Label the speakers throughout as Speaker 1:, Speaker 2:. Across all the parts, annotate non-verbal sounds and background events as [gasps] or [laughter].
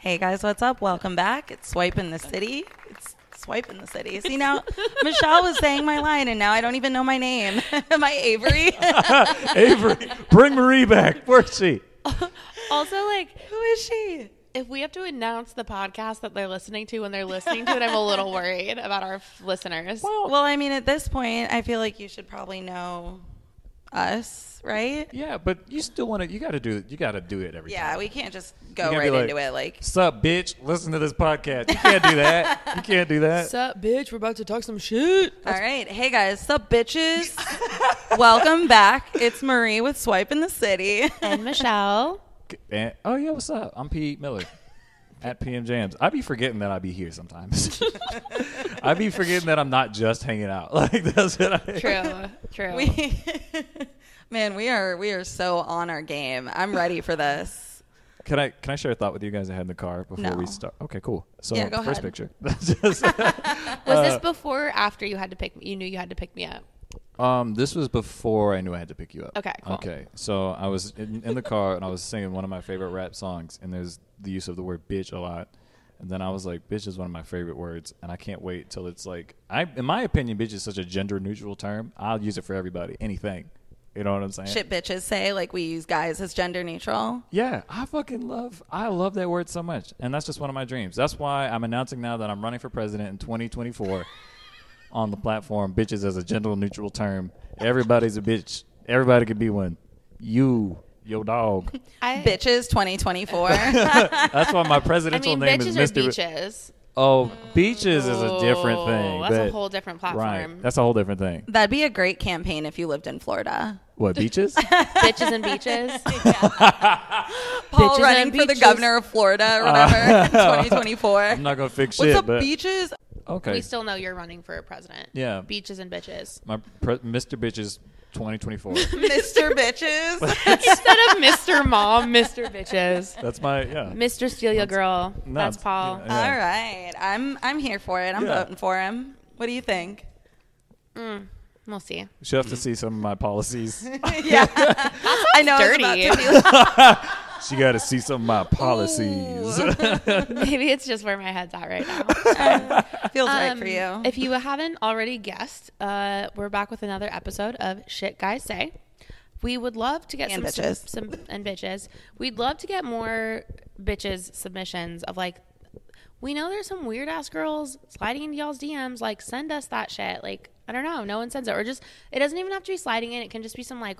Speaker 1: Hey guys, what's up? Welcome back. It's Swipe in the City. It's Swipe in the City. See
Speaker 2: [laughs]
Speaker 1: now, Michelle was saying my line, and now I don't even know my name. [laughs] Am I
Speaker 2: [laughs]
Speaker 1: Avery?
Speaker 2: Avery, bring Marie back. Where's she?
Speaker 3: Also, like,
Speaker 1: Who is she?
Speaker 3: if we have to announce the podcast that they're listening to when they're listening to it, I'm a little worried about our f- listeners.
Speaker 1: Well, well, I mean, at this point, I feel like you should probably know us, right?
Speaker 2: Yeah, but you still want to. You got to do it. You got to do it every
Speaker 1: Yeah,
Speaker 2: time.
Speaker 1: we can't just
Speaker 2: You
Speaker 1: go
Speaker 2: gotta
Speaker 1: right
Speaker 2: be like,
Speaker 1: into it.
Speaker 2: [laughs]
Speaker 1: Like,
Speaker 2: Sup, bitch? Listen to this podcast. You can't do that. You can't do that.
Speaker 4: up, bitch? We're about to talk some shit.
Speaker 1: all right, hey guys, sup,
Speaker 2: [laughs]
Speaker 1: bitches? Welcome back. It's Marie with Swipe in the
Speaker 2: [laughs]
Speaker 1: City.
Speaker 3: [laughs]
Speaker 1: [laughs]
Speaker 3: And Michelle.
Speaker 2: And- oh yeah, what's up? I'm Pete Miller [laughs] at PM Jams. I be forgetting that I be here sometimes. [laughs] I be forgetting that I'm not just hanging out. [laughs] Like that's it. I,
Speaker 3: True. True.
Speaker 1: We, [laughs] man, we are we are so on our game. I'm ready for this.
Speaker 2: Can I can I share a thought with you guys I had in the car before
Speaker 1: No.
Speaker 2: we start? Okay, cool. So
Speaker 1: Yeah, go
Speaker 2: first
Speaker 1: ahead.
Speaker 2: picture. [laughs] Just-
Speaker 3: was
Speaker 2: Uh,
Speaker 3: this before or after you had to pick me? You knew you had to pick me up.
Speaker 2: um, this was before I knew I had to pick you up.
Speaker 3: Okay, cool.
Speaker 2: Okay. So I was in, in the car and I was singing one of my favorite rap songs, and there's the use of the word bitch a lot. And then I was like, bitch is one of my favorite words, and I can't wait till it's like, I, in my opinion, bitch is such a gender neutral term. I'll use it for everybody, anything. You know what I'm saying?
Speaker 1: Shit bitches say like we use guys as gender neutral.
Speaker 2: Yeah, I fucking love I love that word so much. And that's just one of my dreams. That's why I'm announcing now that I'm running for president in
Speaker 3: [laughs]
Speaker 2: 2024 on the platform bitches as a gender neutral term. Everybody's a bitch. Everybody could be one. You, your dog.
Speaker 3: I,
Speaker 1: Bitches [laughs]
Speaker 2: [laughs]
Speaker 1: 2024.
Speaker 2: That's why
Speaker 3: [laughs]
Speaker 2: my
Speaker 3: I
Speaker 2: presidential
Speaker 3: mean,
Speaker 2: name is
Speaker 3: bitches or
Speaker 2: Mr.
Speaker 3: beaches.
Speaker 2: Oh, beaches is a different
Speaker 3: Oh,
Speaker 2: thing.
Speaker 3: That's a
Speaker 2: but-
Speaker 3: whole different
Speaker 2: Right.
Speaker 3: platform.
Speaker 2: That's a whole different thing.
Speaker 1: That'd be a great campaign if you lived in Florida.
Speaker 3: [laughs]
Speaker 2: What, beaches?
Speaker 3: [laughs] bitches
Speaker 2: [laughs]
Speaker 3: and beaches.
Speaker 1: Paul
Speaker 3: Bitches
Speaker 1: running
Speaker 3: and
Speaker 1: for the
Speaker 3: beaches.
Speaker 1: governor of Florida, remember?
Speaker 2: [laughs]
Speaker 1: 2024.
Speaker 2: Uh, I'm not going to fix
Speaker 1: What's
Speaker 2: shit.
Speaker 1: up,
Speaker 2: but-
Speaker 1: beaches?
Speaker 2: Okay.
Speaker 3: We still know you're running for president.
Speaker 2: Yeah.
Speaker 3: Beaches and bitches. [laughs]
Speaker 2: my pre- Mr. Bitches 2024. [laughs]
Speaker 1: Mr. [laughs] Bitches.
Speaker 3: Instead of Mr. Mom, Mr. Bitches.
Speaker 2: That's my,
Speaker 3: [laughs]
Speaker 2: yeah.
Speaker 3: Mr. Steal Your Girl.
Speaker 2: No,
Speaker 3: That's
Speaker 2: it's-
Speaker 3: Paul.
Speaker 2: yeah.
Speaker 1: All right. I'm I'm here for it. I'm
Speaker 2: Yeah.
Speaker 1: voting for him. What do you think?
Speaker 3: We'll see.
Speaker 2: She'll have to see some of my policies.
Speaker 1: yeah. I know it's about [laughs]
Speaker 3: dirty.
Speaker 1: to be like,
Speaker 2: She got to see some of my
Speaker 3: [laughs]
Speaker 2: policies.
Speaker 3: Maybe it's just where my head's at right now.
Speaker 1: feels right
Speaker 3: Um,
Speaker 1: for you.
Speaker 3: If you haven't already guessed, uh, we're back with another episode of Shit Guys Say. We would love to get
Speaker 1: And
Speaker 3: some,
Speaker 1: bitches.
Speaker 3: some and bitches. We'd love to get more bitches submissions of like we know there's some weird ass girls sliding into y'all's DMs, like send us that shit. Like, I don't know, no one sends it. Or just it doesn't even have to be sliding in, it can just be some like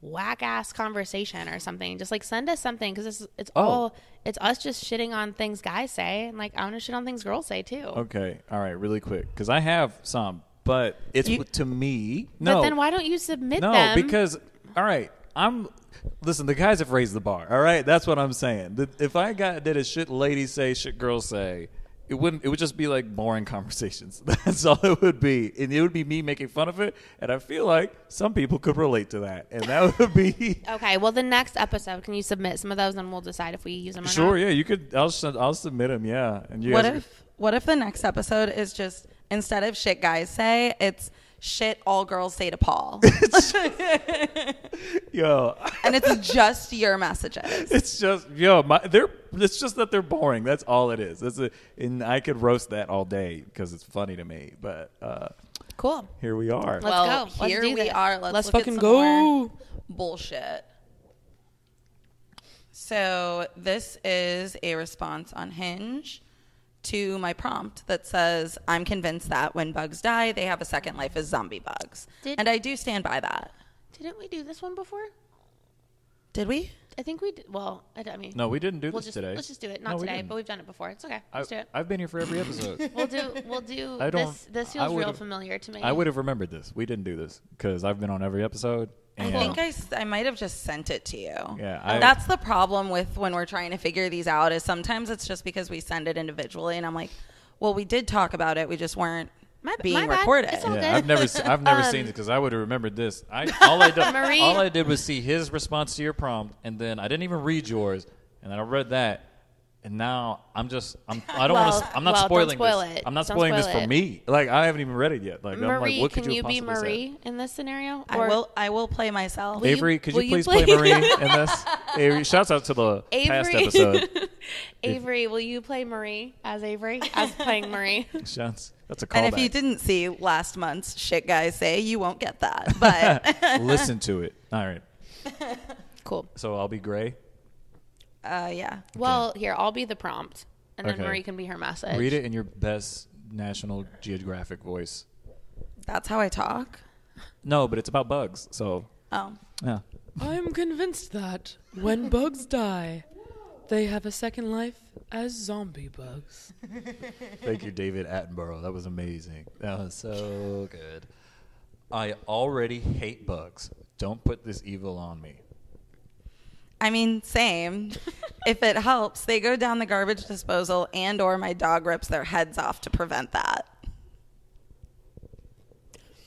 Speaker 3: whack ass conversation or something. Just like send us something because it's it's all it's us just shitting on things guys say and like I want to shit on things girls say too.
Speaker 2: okay, all right, really quick, because I have some, but it's
Speaker 1: You-
Speaker 2: to me. No,
Speaker 3: But then why don't you submit
Speaker 2: no,
Speaker 3: them?
Speaker 2: because all right, I'm. Listen, the guys have raised the bar. All right, that's what I'm saying. The, if I got did a shit ladies say, shit girls say, it wouldn't. It would just be like boring [laughs] conversations. That's all it would be, and it would be me making fun of it. And I feel like some people could relate to that, and that would be
Speaker 3: Okay, well the next episode can you submit some of those and we'll decide if we use them or not.
Speaker 2: sure. Yeah, you could. I'll send- I'll submit them. Yeah, and you
Speaker 1: what
Speaker 2: guys-
Speaker 1: if what if the next episode is just instead of shit guys say, it's shit all girls say to Paul.
Speaker 2: [laughs] yo.
Speaker 1: and it's just your messages.
Speaker 2: It's just yo, my, they're. It's just that they're boring. That's all it is. That's a, and I could roast that all day because it's funny to me. But uh,
Speaker 3: Cool.
Speaker 2: here we are.
Speaker 3: Let's
Speaker 1: well,
Speaker 3: go. Let's
Speaker 1: here
Speaker 3: do
Speaker 1: we
Speaker 3: this.
Speaker 1: are. Let's,
Speaker 4: Let's
Speaker 1: look at
Speaker 4: fucking
Speaker 1: some
Speaker 4: go.
Speaker 1: more Bullshit. So this is a response on Hinge to my prompt that says, "I'm convinced that when bugs die, they have a second life as zombie bugs,"
Speaker 3: Did-
Speaker 1: and I do stand by that.
Speaker 3: Didn't we do this one before?
Speaker 1: Did we?
Speaker 3: I think we did. Well, I, d- I mean,
Speaker 2: No, we didn't do
Speaker 3: we'll
Speaker 2: this
Speaker 3: just,
Speaker 2: today.
Speaker 3: Let's just do it. Not
Speaker 2: No, we
Speaker 3: today,
Speaker 2: didn't.
Speaker 3: but we've done it before. It's okay.
Speaker 2: I,
Speaker 3: Let's do it.
Speaker 2: I've been here for
Speaker 3: [laughs]
Speaker 2: every episode.
Speaker 3: we'll do. We'll do.
Speaker 2: [laughs] I don't-
Speaker 3: this this
Speaker 2: I
Speaker 3: feels real
Speaker 2: would've-
Speaker 3: familiar to me.
Speaker 2: I would have remembered this. We didn't do this because I've been on every episode.
Speaker 1: I
Speaker 2: and-
Speaker 1: think I, s- I might have just sent it to you.
Speaker 2: Yeah, I-
Speaker 1: That's the problem with when we're trying to figure these out is sometimes it's just because we send it individually and I'm like, well, we did talk about it. We just weren't
Speaker 3: My-
Speaker 1: being
Speaker 3: my bad.
Speaker 1: recorded.
Speaker 3: It's all
Speaker 2: Yeah,
Speaker 3: Okay.
Speaker 2: I've never, se- I've never
Speaker 3: [laughs]
Speaker 2: seen it because I would have remembered this. I all I, did,
Speaker 3: Um, Marie-
Speaker 2: all I did was see his response to your prompt, and then I didn't even read yours, and then I read that, and now I'm just, I'm, I don't want
Speaker 3: Well-
Speaker 2: to, I'm not
Speaker 3: well, don't
Speaker 2: spoiling
Speaker 3: spoil
Speaker 2: this.
Speaker 3: it.
Speaker 2: I'm not
Speaker 3: Don't
Speaker 2: spoiling this
Speaker 3: spoil
Speaker 2: for
Speaker 3: it.
Speaker 2: me. Like I haven't even read it yet. Like I'm
Speaker 3: Marie,
Speaker 2: like, what could
Speaker 3: can
Speaker 2: you,
Speaker 3: you, be
Speaker 2: possibly say?
Speaker 3: Marie in this scenario?
Speaker 1: I will I will play myself.
Speaker 3: you-
Speaker 2: Avery, could
Speaker 3: will
Speaker 2: you please
Speaker 3: you
Speaker 2: play
Speaker 3: play- [laughs]
Speaker 2: Marie in this? Avery, shouts out to the past
Speaker 3: Avery-
Speaker 2: episode.
Speaker 3: Avery, will you play Marie as Avery? As playing Marie.
Speaker 2: Sounds that's a callback.
Speaker 1: And if you didn't see last month's shit guys say, you won't get
Speaker 2: [laughs]
Speaker 1: that. But
Speaker 2: listen to it. All right.
Speaker 3: [laughs] cool.
Speaker 2: So I'll be gray.
Speaker 1: [laughs] uh, yeah.
Speaker 3: Well, here, I'll be the prompt. And then
Speaker 2: Okay.
Speaker 3: Marie can be her message.
Speaker 2: Read it in your best National Geographic voice.
Speaker 1: That's how I talk.
Speaker 2: No, but it's about bugs. So
Speaker 1: Oh.
Speaker 2: yeah.
Speaker 4: I'm convinced that [laughs] when bugs die, they have a second life as zombie bugs.
Speaker 2: Thank you, David Attenborough. That was amazing. That was so good. I already hate bugs. Don't put this evil on me.
Speaker 1: I mean,
Speaker 2: [laughs]
Speaker 1: same. if it helps, they go down the garbage disposal and or my dog rips their heads off to prevent that.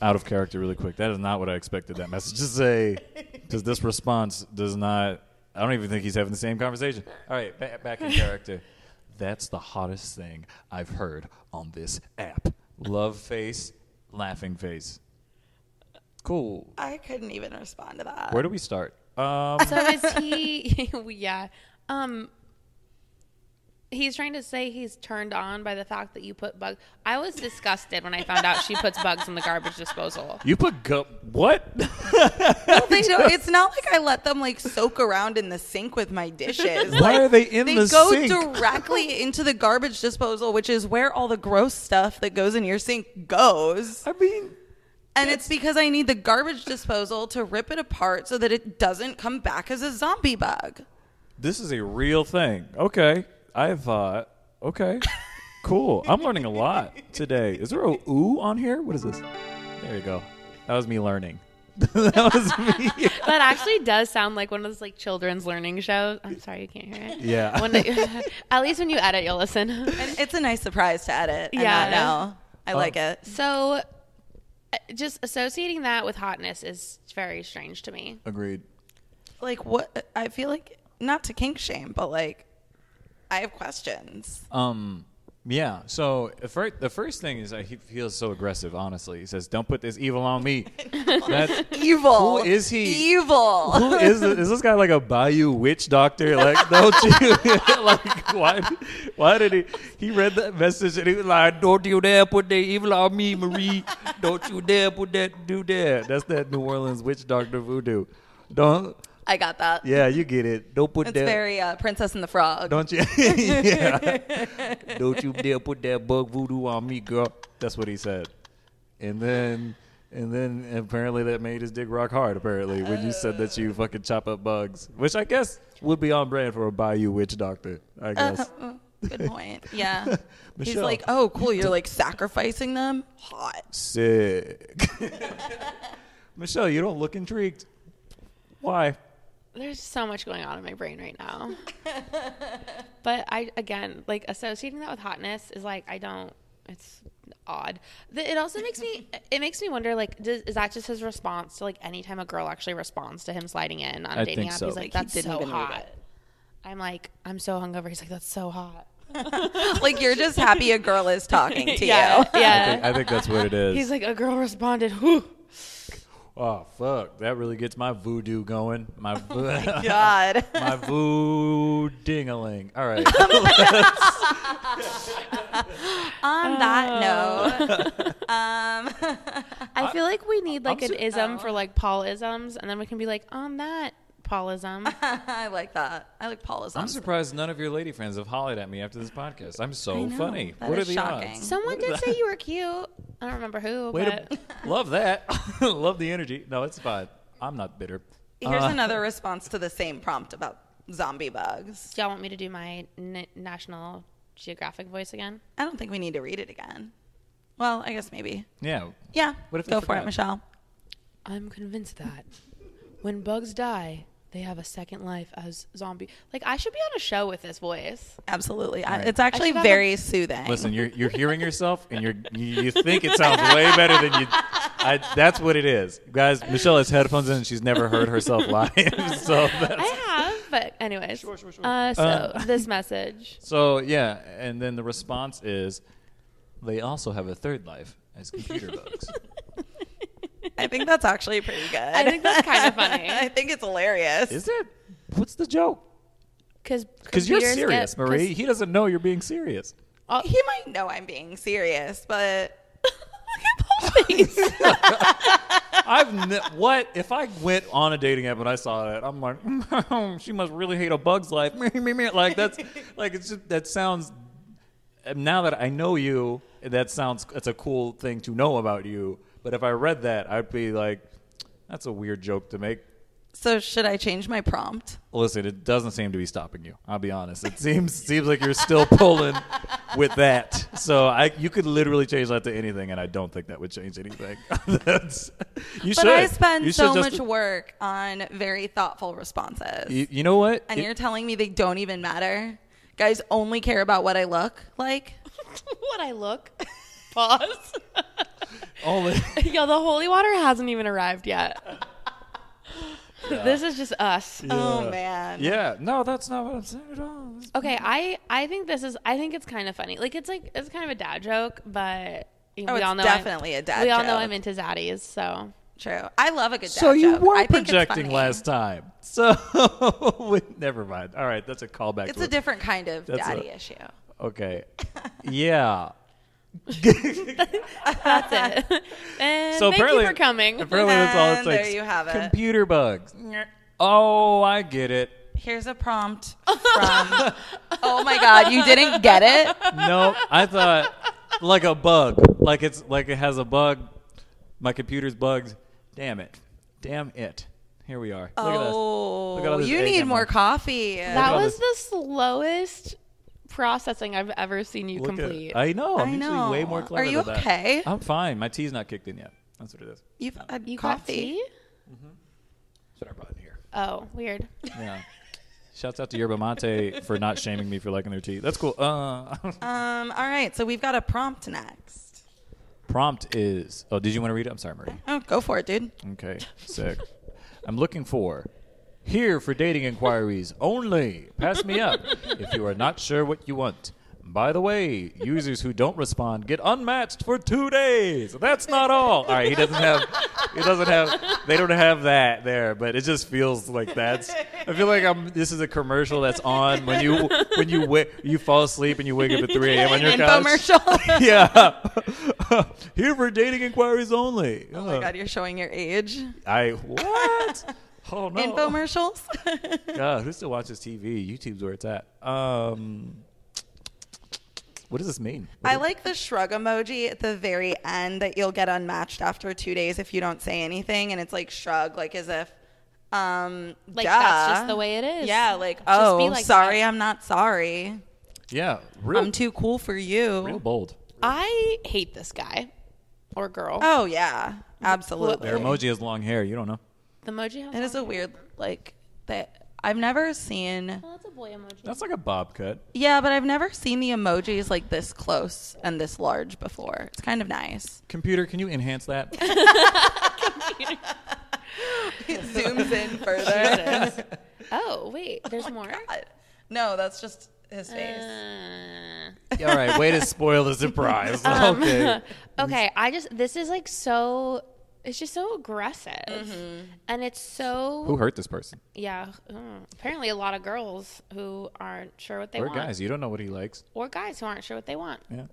Speaker 2: Out of character, really quick. That is not what I expected that message to say. Because this response does not. I don't even think he's having the same conversation. All right, ba- back in character. That's the hottest thing I've heard on this app. Love face, laughing face. Cool.
Speaker 1: I couldn't even respond to that.
Speaker 2: Where do we start? Um,
Speaker 3: So is he? [laughs] yeah. Um. He's trying to say he's turned on by the fact that you put bugs. I was disgusted when I found out she puts bugs in the garbage disposal.
Speaker 2: you put go- what?
Speaker 1: They don't- it's not like I let them like soak around in the sink with my dishes.
Speaker 2: [laughs] [laughs] Why
Speaker 1: Like,
Speaker 2: are they in
Speaker 1: they
Speaker 2: the
Speaker 1: go
Speaker 2: sink? [laughs]
Speaker 1: directly into the garbage disposal, which is where all the gross stuff that goes in your sink goes.
Speaker 2: I mean,
Speaker 1: And it's because I need the garbage disposal to rip it apart so that it doesn't come back as a zombie bug.
Speaker 2: this is a real thing. Okay, I've uh, okay, cool. I'm learning a lot today. Is there a ooh on here? What is this? There you go. That was me learning. [laughs] that was me. [laughs]
Speaker 3: That actually does sound like one of those like children's learning shows. I'm sorry you can't hear it.
Speaker 2: Yeah.
Speaker 3: [laughs] When they- at least when you edit, you'll listen.
Speaker 1: And it's a nice surprise to edit. and
Speaker 3: Yeah.
Speaker 1: I know. I like
Speaker 2: Oh.
Speaker 1: it.
Speaker 3: So, uh, just associating that with hotness is very strange to me.
Speaker 2: Agreed.
Speaker 1: Like what I feel like not to kink shame, but like I have questions.
Speaker 2: Um, yeah. So the first, the first thing is that he feels so aggressive. Honestly, he says, "Don't put this evil on me." That's
Speaker 1: Evil.
Speaker 2: [laughs] Who is he?
Speaker 1: Evil.
Speaker 2: Who is this? Is this guy like a Bayou witch doctor? Like, don't you? [laughs] like, why? Why did he? He read that message and he was like, "Don't you dare put the evil on me, Marie. Don't you dare put that do there." That's that New Orleans witch doctor voodoo. Don't.
Speaker 1: I got that.
Speaker 2: Yeah, you get it. Don't put
Speaker 1: It's
Speaker 2: that.
Speaker 1: very uh, Princess and the Frog. [laughs]
Speaker 2: don't you? yeah. Don't you dare put that bug voodoo on me, girl. That's what he said. And then. And then apparently that made his dick rock hard. Apparently, when you said that you fucking chop up bugs, which I guess would be on brand for a Bayou witch doctor. I guess. [laughs]
Speaker 1: Uh, Good point. Yeah. He's
Speaker 2: Michelle.
Speaker 1: like, oh, cool. You're like sacrificing them. Hot.
Speaker 2: Sick. [laughs] Michelle, you don't look intrigued. Why?
Speaker 3: There's so much going on in my brain right now. but I again, like associating that with hotness is like I don't it's odd. Th- It also makes me it makes me wonder like does, is that just his response to like anytime a girl actually responds to him sliding in on a
Speaker 2: I
Speaker 3: dating
Speaker 2: think
Speaker 3: app
Speaker 2: so.
Speaker 3: he's like
Speaker 2: Like,
Speaker 1: he
Speaker 3: that's
Speaker 1: didn't
Speaker 3: so
Speaker 1: even read
Speaker 3: hot.
Speaker 1: it.
Speaker 3: I'm like I'm so hungover. He's like that's so hot.
Speaker 1: Like you're just happy a girl is talking to
Speaker 3: [laughs]
Speaker 1: [laughs]
Speaker 3: yeah. [laughs]
Speaker 1: you.
Speaker 2: I
Speaker 3: Yeah.
Speaker 2: think, I think that's what it is.
Speaker 3: He's like a girl responded. Whew.
Speaker 2: oh fuck, that really gets my voodoo going. My, vo- [laughs]
Speaker 1: God.
Speaker 2: my voodoo dingaling. All [laughs] right.
Speaker 1: On that note, um, [laughs]
Speaker 3: I feel like we need like
Speaker 2: I'm so-
Speaker 3: an
Speaker 2: Oh.
Speaker 3: ism for like Paul isms, and then we can be like on that Paulism.
Speaker 1: I like that. I like Paula's.
Speaker 2: I'm surprised none of your lady friends have hollered at me after this podcast. I'm so
Speaker 1: know.
Speaker 2: funny.
Speaker 1: That
Speaker 2: what
Speaker 1: is
Speaker 2: are the
Speaker 1: shocking.
Speaker 2: odds?
Speaker 3: Someone did say you were cute. I don't remember who,
Speaker 2: Way
Speaker 3: but
Speaker 2: to, [laughs] love that. [laughs] love the energy. No, it's fine. I'm not bitter.
Speaker 1: Here's
Speaker 2: Uh,
Speaker 1: another response to the same prompt about zombie bugs.
Speaker 3: y'all want me to do my n- National Geographic voice again?
Speaker 1: I don't think we need to read it again. Well, I guess maybe.
Speaker 2: Yeah.
Speaker 1: Yeah.
Speaker 2: What if they
Speaker 1: Go for it,
Speaker 2: forgot?
Speaker 1: Michelle.
Speaker 4: I'm convinced that when bugs die, they have a second life as zombie.
Speaker 3: Like I should be on a show with this voice.
Speaker 1: Absolutely. I,
Speaker 2: Right.
Speaker 1: it's actually
Speaker 3: should have
Speaker 1: very soothing.
Speaker 2: Listen, you're you're hearing yourself, and you're you, you think it sounds way better than you. I, that's what it is, guys. Michelle has headphones in, and she's never heard herself [laughs] live. so
Speaker 3: I
Speaker 2: that's,
Speaker 3: have, but anyways. Uh, so
Speaker 2: Uh,
Speaker 3: this message.
Speaker 2: so yeah, and then the response is, they also have a third life as computer
Speaker 3: [laughs]
Speaker 1: [laughs]
Speaker 2: bugs.
Speaker 1: I think that's actually pretty good. [laughs]
Speaker 3: I think that's kind of funny.
Speaker 1: I think it's hilarious.
Speaker 2: Is it? What's the joke?
Speaker 3: Because
Speaker 2: Because you're serious, Marie. He doesn't know you're being serious.
Speaker 1: He might know I'm being serious, [laughs] but look at Paul's face.
Speaker 2: [laughs] I've ne- what if I went on a dating app and I saw that I'm like, [laughs] she must really hate a bug's life. [laughs] Meh, meh, meh. like that's like it's just that sounds. and Now that I know you, that sounds it's a cool thing to know about you. But if I read that, I'd be like, that's a weird joke to make.
Speaker 1: so should I change my prompt?
Speaker 2: Listen, it doesn't seem to be stopping you. I'll be honest. It seems seems like you're still pulling with that. So I, you could literally change that to anything, and I don't think that would change anything. [laughs] That's, you
Speaker 1: But
Speaker 2: should.
Speaker 1: I
Speaker 2: You
Speaker 1: spend
Speaker 2: should
Speaker 1: so
Speaker 2: just-
Speaker 1: much work on very thoughtful responses.
Speaker 2: You, you know what?
Speaker 1: and
Speaker 2: It-
Speaker 1: you're telling me they don't even matter? Guys only care about what I look like?
Speaker 3: [laughs] what I look. [laughs] Pause. [laughs]
Speaker 1: [laughs]
Speaker 2: all the-
Speaker 3: Yo, the holy water hasn't even arrived yet. This is just us.
Speaker 1: Oh, man.
Speaker 2: yeah, no, that's not what I'm saying at all.
Speaker 3: Uh, Okay, I I think this is I think it's kind of funny. Like it's like it's kind of a dad joke, but we
Speaker 1: Oh, it's
Speaker 3: all know
Speaker 1: definitely a
Speaker 3: I'm,
Speaker 1: dad
Speaker 3: We all know
Speaker 1: joke.
Speaker 3: I'm into
Speaker 1: [laughs]
Speaker 3: zaddies, so
Speaker 1: True. I love a good dad
Speaker 2: So you
Speaker 1: joke. I
Speaker 2: were
Speaker 1: think it's
Speaker 2: projecting
Speaker 1: funny.
Speaker 2: last time. So [laughs] we- never mind. All right, that's a callback.
Speaker 1: It's
Speaker 2: to
Speaker 1: a
Speaker 2: it.
Speaker 1: different kind of
Speaker 2: That's
Speaker 1: daddy
Speaker 2: a-
Speaker 1: issue. [laughs]
Speaker 2: Okay. Yeah.
Speaker 3: that's it. [laughs] and
Speaker 2: So
Speaker 3: thank
Speaker 2: apparently,
Speaker 3: you for coming.
Speaker 2: Apparently, that's all it
Speaker 1: And
Speaker 2: takes.
Speaker 1: there you have it.
Speaker 2: Computer bugs. Oh, I get it.
Speaker 1: Here's a [laughs] prompt from. oh my God, you didn't get it?
Speaker 2: No, I thought like a bug. Like it's like it has a bug. My computer's bugged. Damn it. Damn it. Here we are. Look at this.
Speaker 1: Oh,
Speaker 2: Look at all this
Speaker 1: you
Speaker 2: egg
Speaker 1: need
Speaker 2: in
Speaker 1: more
Speaker 2: there.
Speaker 1: coffee.
Speaker 3: that
Speaker 2: at all
Speaker 3: was the slowest processing I've ever seen you
Speaker 2: Look at-
Speaker 3: complete.
Speaker 2: I know. I'm
Speaker 1: I
Speaker 2: usually
Speaker 1: know.
Speaker 2: way more
Speaker 1: Are
Speaker 2: clever
Speaker 1: you
Speaker 2: than that.
Speaker 1: okay?
Speaker 2: I'm fine. My tea's not kicked in yet. That's what it is.
Speaker 1: You've had
Speaker 3: you got
Speaker 1: coffee.
Speaker 3: tea?
Speaker 2: That's what I brought in here.
Speaker 3: Oh, weird.
Speaker 2: Yeah. Shouts out to Yerba Mate for not shaming me for liking their tea. That's cool. Uh,
Speaker 1: Um. All right. So we've got a prompt next.
Speaker 2: [laughs] prompt is. Oh, did you want to read it? I'm sorry, Marie.
Speaker 1: Oh, go for it, dude.
Speaker 2: Okay, sick. I'm looking for here for dating inquiries only. Pass me up if you are not sure what you want. By the way, users who don't respond get unmatched for two days. That's not all. All right, he doesn't have. He doesn't have. They don't have that there, but it just feels like that's. I feel like I'm. This is a commercial that's on when you when you wi- you fall asleep and you wake up at 3 a.m. on your couch.
Speaker 1: Infomercial.
Speaker 2: [laughs] Yeah. here for dating inquiries only.
Speaker 1: oh my God, you're showing your age.
Speaker 2: I what? [laughs] oh no!
Speaker 1: Infomercials. [laughs]
Speaker 2: God, who still watches TV? YouTube's where it's at. Um, what does this mean?
Speaker 1: I like the shrug emoji at the very end that you'll get unmatched after two days if you don't say anything, and it's like shrug, like as if, um,
Speaker 3: Like
Speaker 1: duh.
Speaker 3: that's just the way it is.
Speaker 1: Yeah, like
Speaker 3: Just be
Speaker 1: oh,
Speaker 3: like
Speaker 1: sorry,
Speaker 3: that.
Speaker 1: I'm not sorry.
Speaker 2: Yeah, real,
Speaker 1: I'm too cool for you.
Speaker 2: real bold.
Speaker 3: I hate this guy or girl.
Speaker 1: Oh yeah, absolutely.
Speaker 2: Their emoji has long hair. You don't know.
Speaker 3: The emoji. has
Speaker 1: It is a weird like that. I've never seen.
Speaker 3: Oh, that's a boy emoji.
Speaker 2: That's like a bob cut.
Speaker 1: Yeah, but I've never seen the emojis like this close and this large before. It's kind of nice.
Speaker 2: Computer, can you enhance that?
Speaker 1: [laughs]
Speaker 3: [laughs]
Speaker 1: It zooms in further.
Speaker 3: [laughs] oh, wait. There's more.
Speaker 1: God. No, that's just his face.
Speaker 3: Uh,
Speaker 2: All right, way to spoil
Speaker 1: [laughs]
Speaker 2: the [laughs] surprise.
Speaker 3: [laughs]
Speaker 1: Um,
Speaker 2: okay.
Speaker 3: um, okay, I just this is like so it's just so aggressive. And it's so
Speaker 2: Who hurt this person?
Speaker 3: yeah, mm, apparently a lot of girls who aren't sure what they
Speaker 2: Or
Speaker 3: want
Speaker 2: guys? You don't know what he likes.
Speaker 3: or guys who aren't sure what they want.
Speaker 2: Yeah.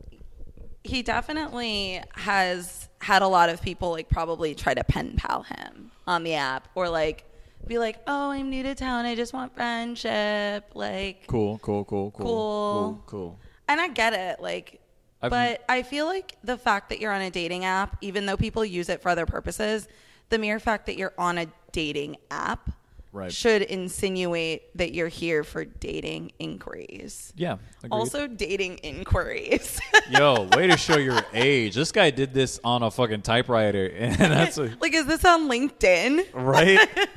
Speaker 1: he definitely has had a lot of people like probably try to pen pal him on the app or like be like, "Oh, I'm new to town. I just want friendship." Like,
Speaker 2: Cool. Cool. Cool. Cool.
Speaker 1: Cool.
Speaker 2: Cool. Cool.
Speaker 1: and I get it. Like,
Speaker 2: I've-
Speaker 1: but I feel like the fact that you're on a dating app, even though people use it for other purposes, the mere fact that you're on a dating app
Speaker 2: Right.
Speaker 1: should insinuate that you're here for dating inquiries.
Speaker 2: Yeah. agreed.
Speaker 1: Also, dating inquiries. [laughs]
Speaker 2: Yo, way to show your age. This guy did this on a fucking typewriter, [laughs] and that's a,
Speaker 1: like, is this on LinkedIn? [laughs]
Speaker 2: right.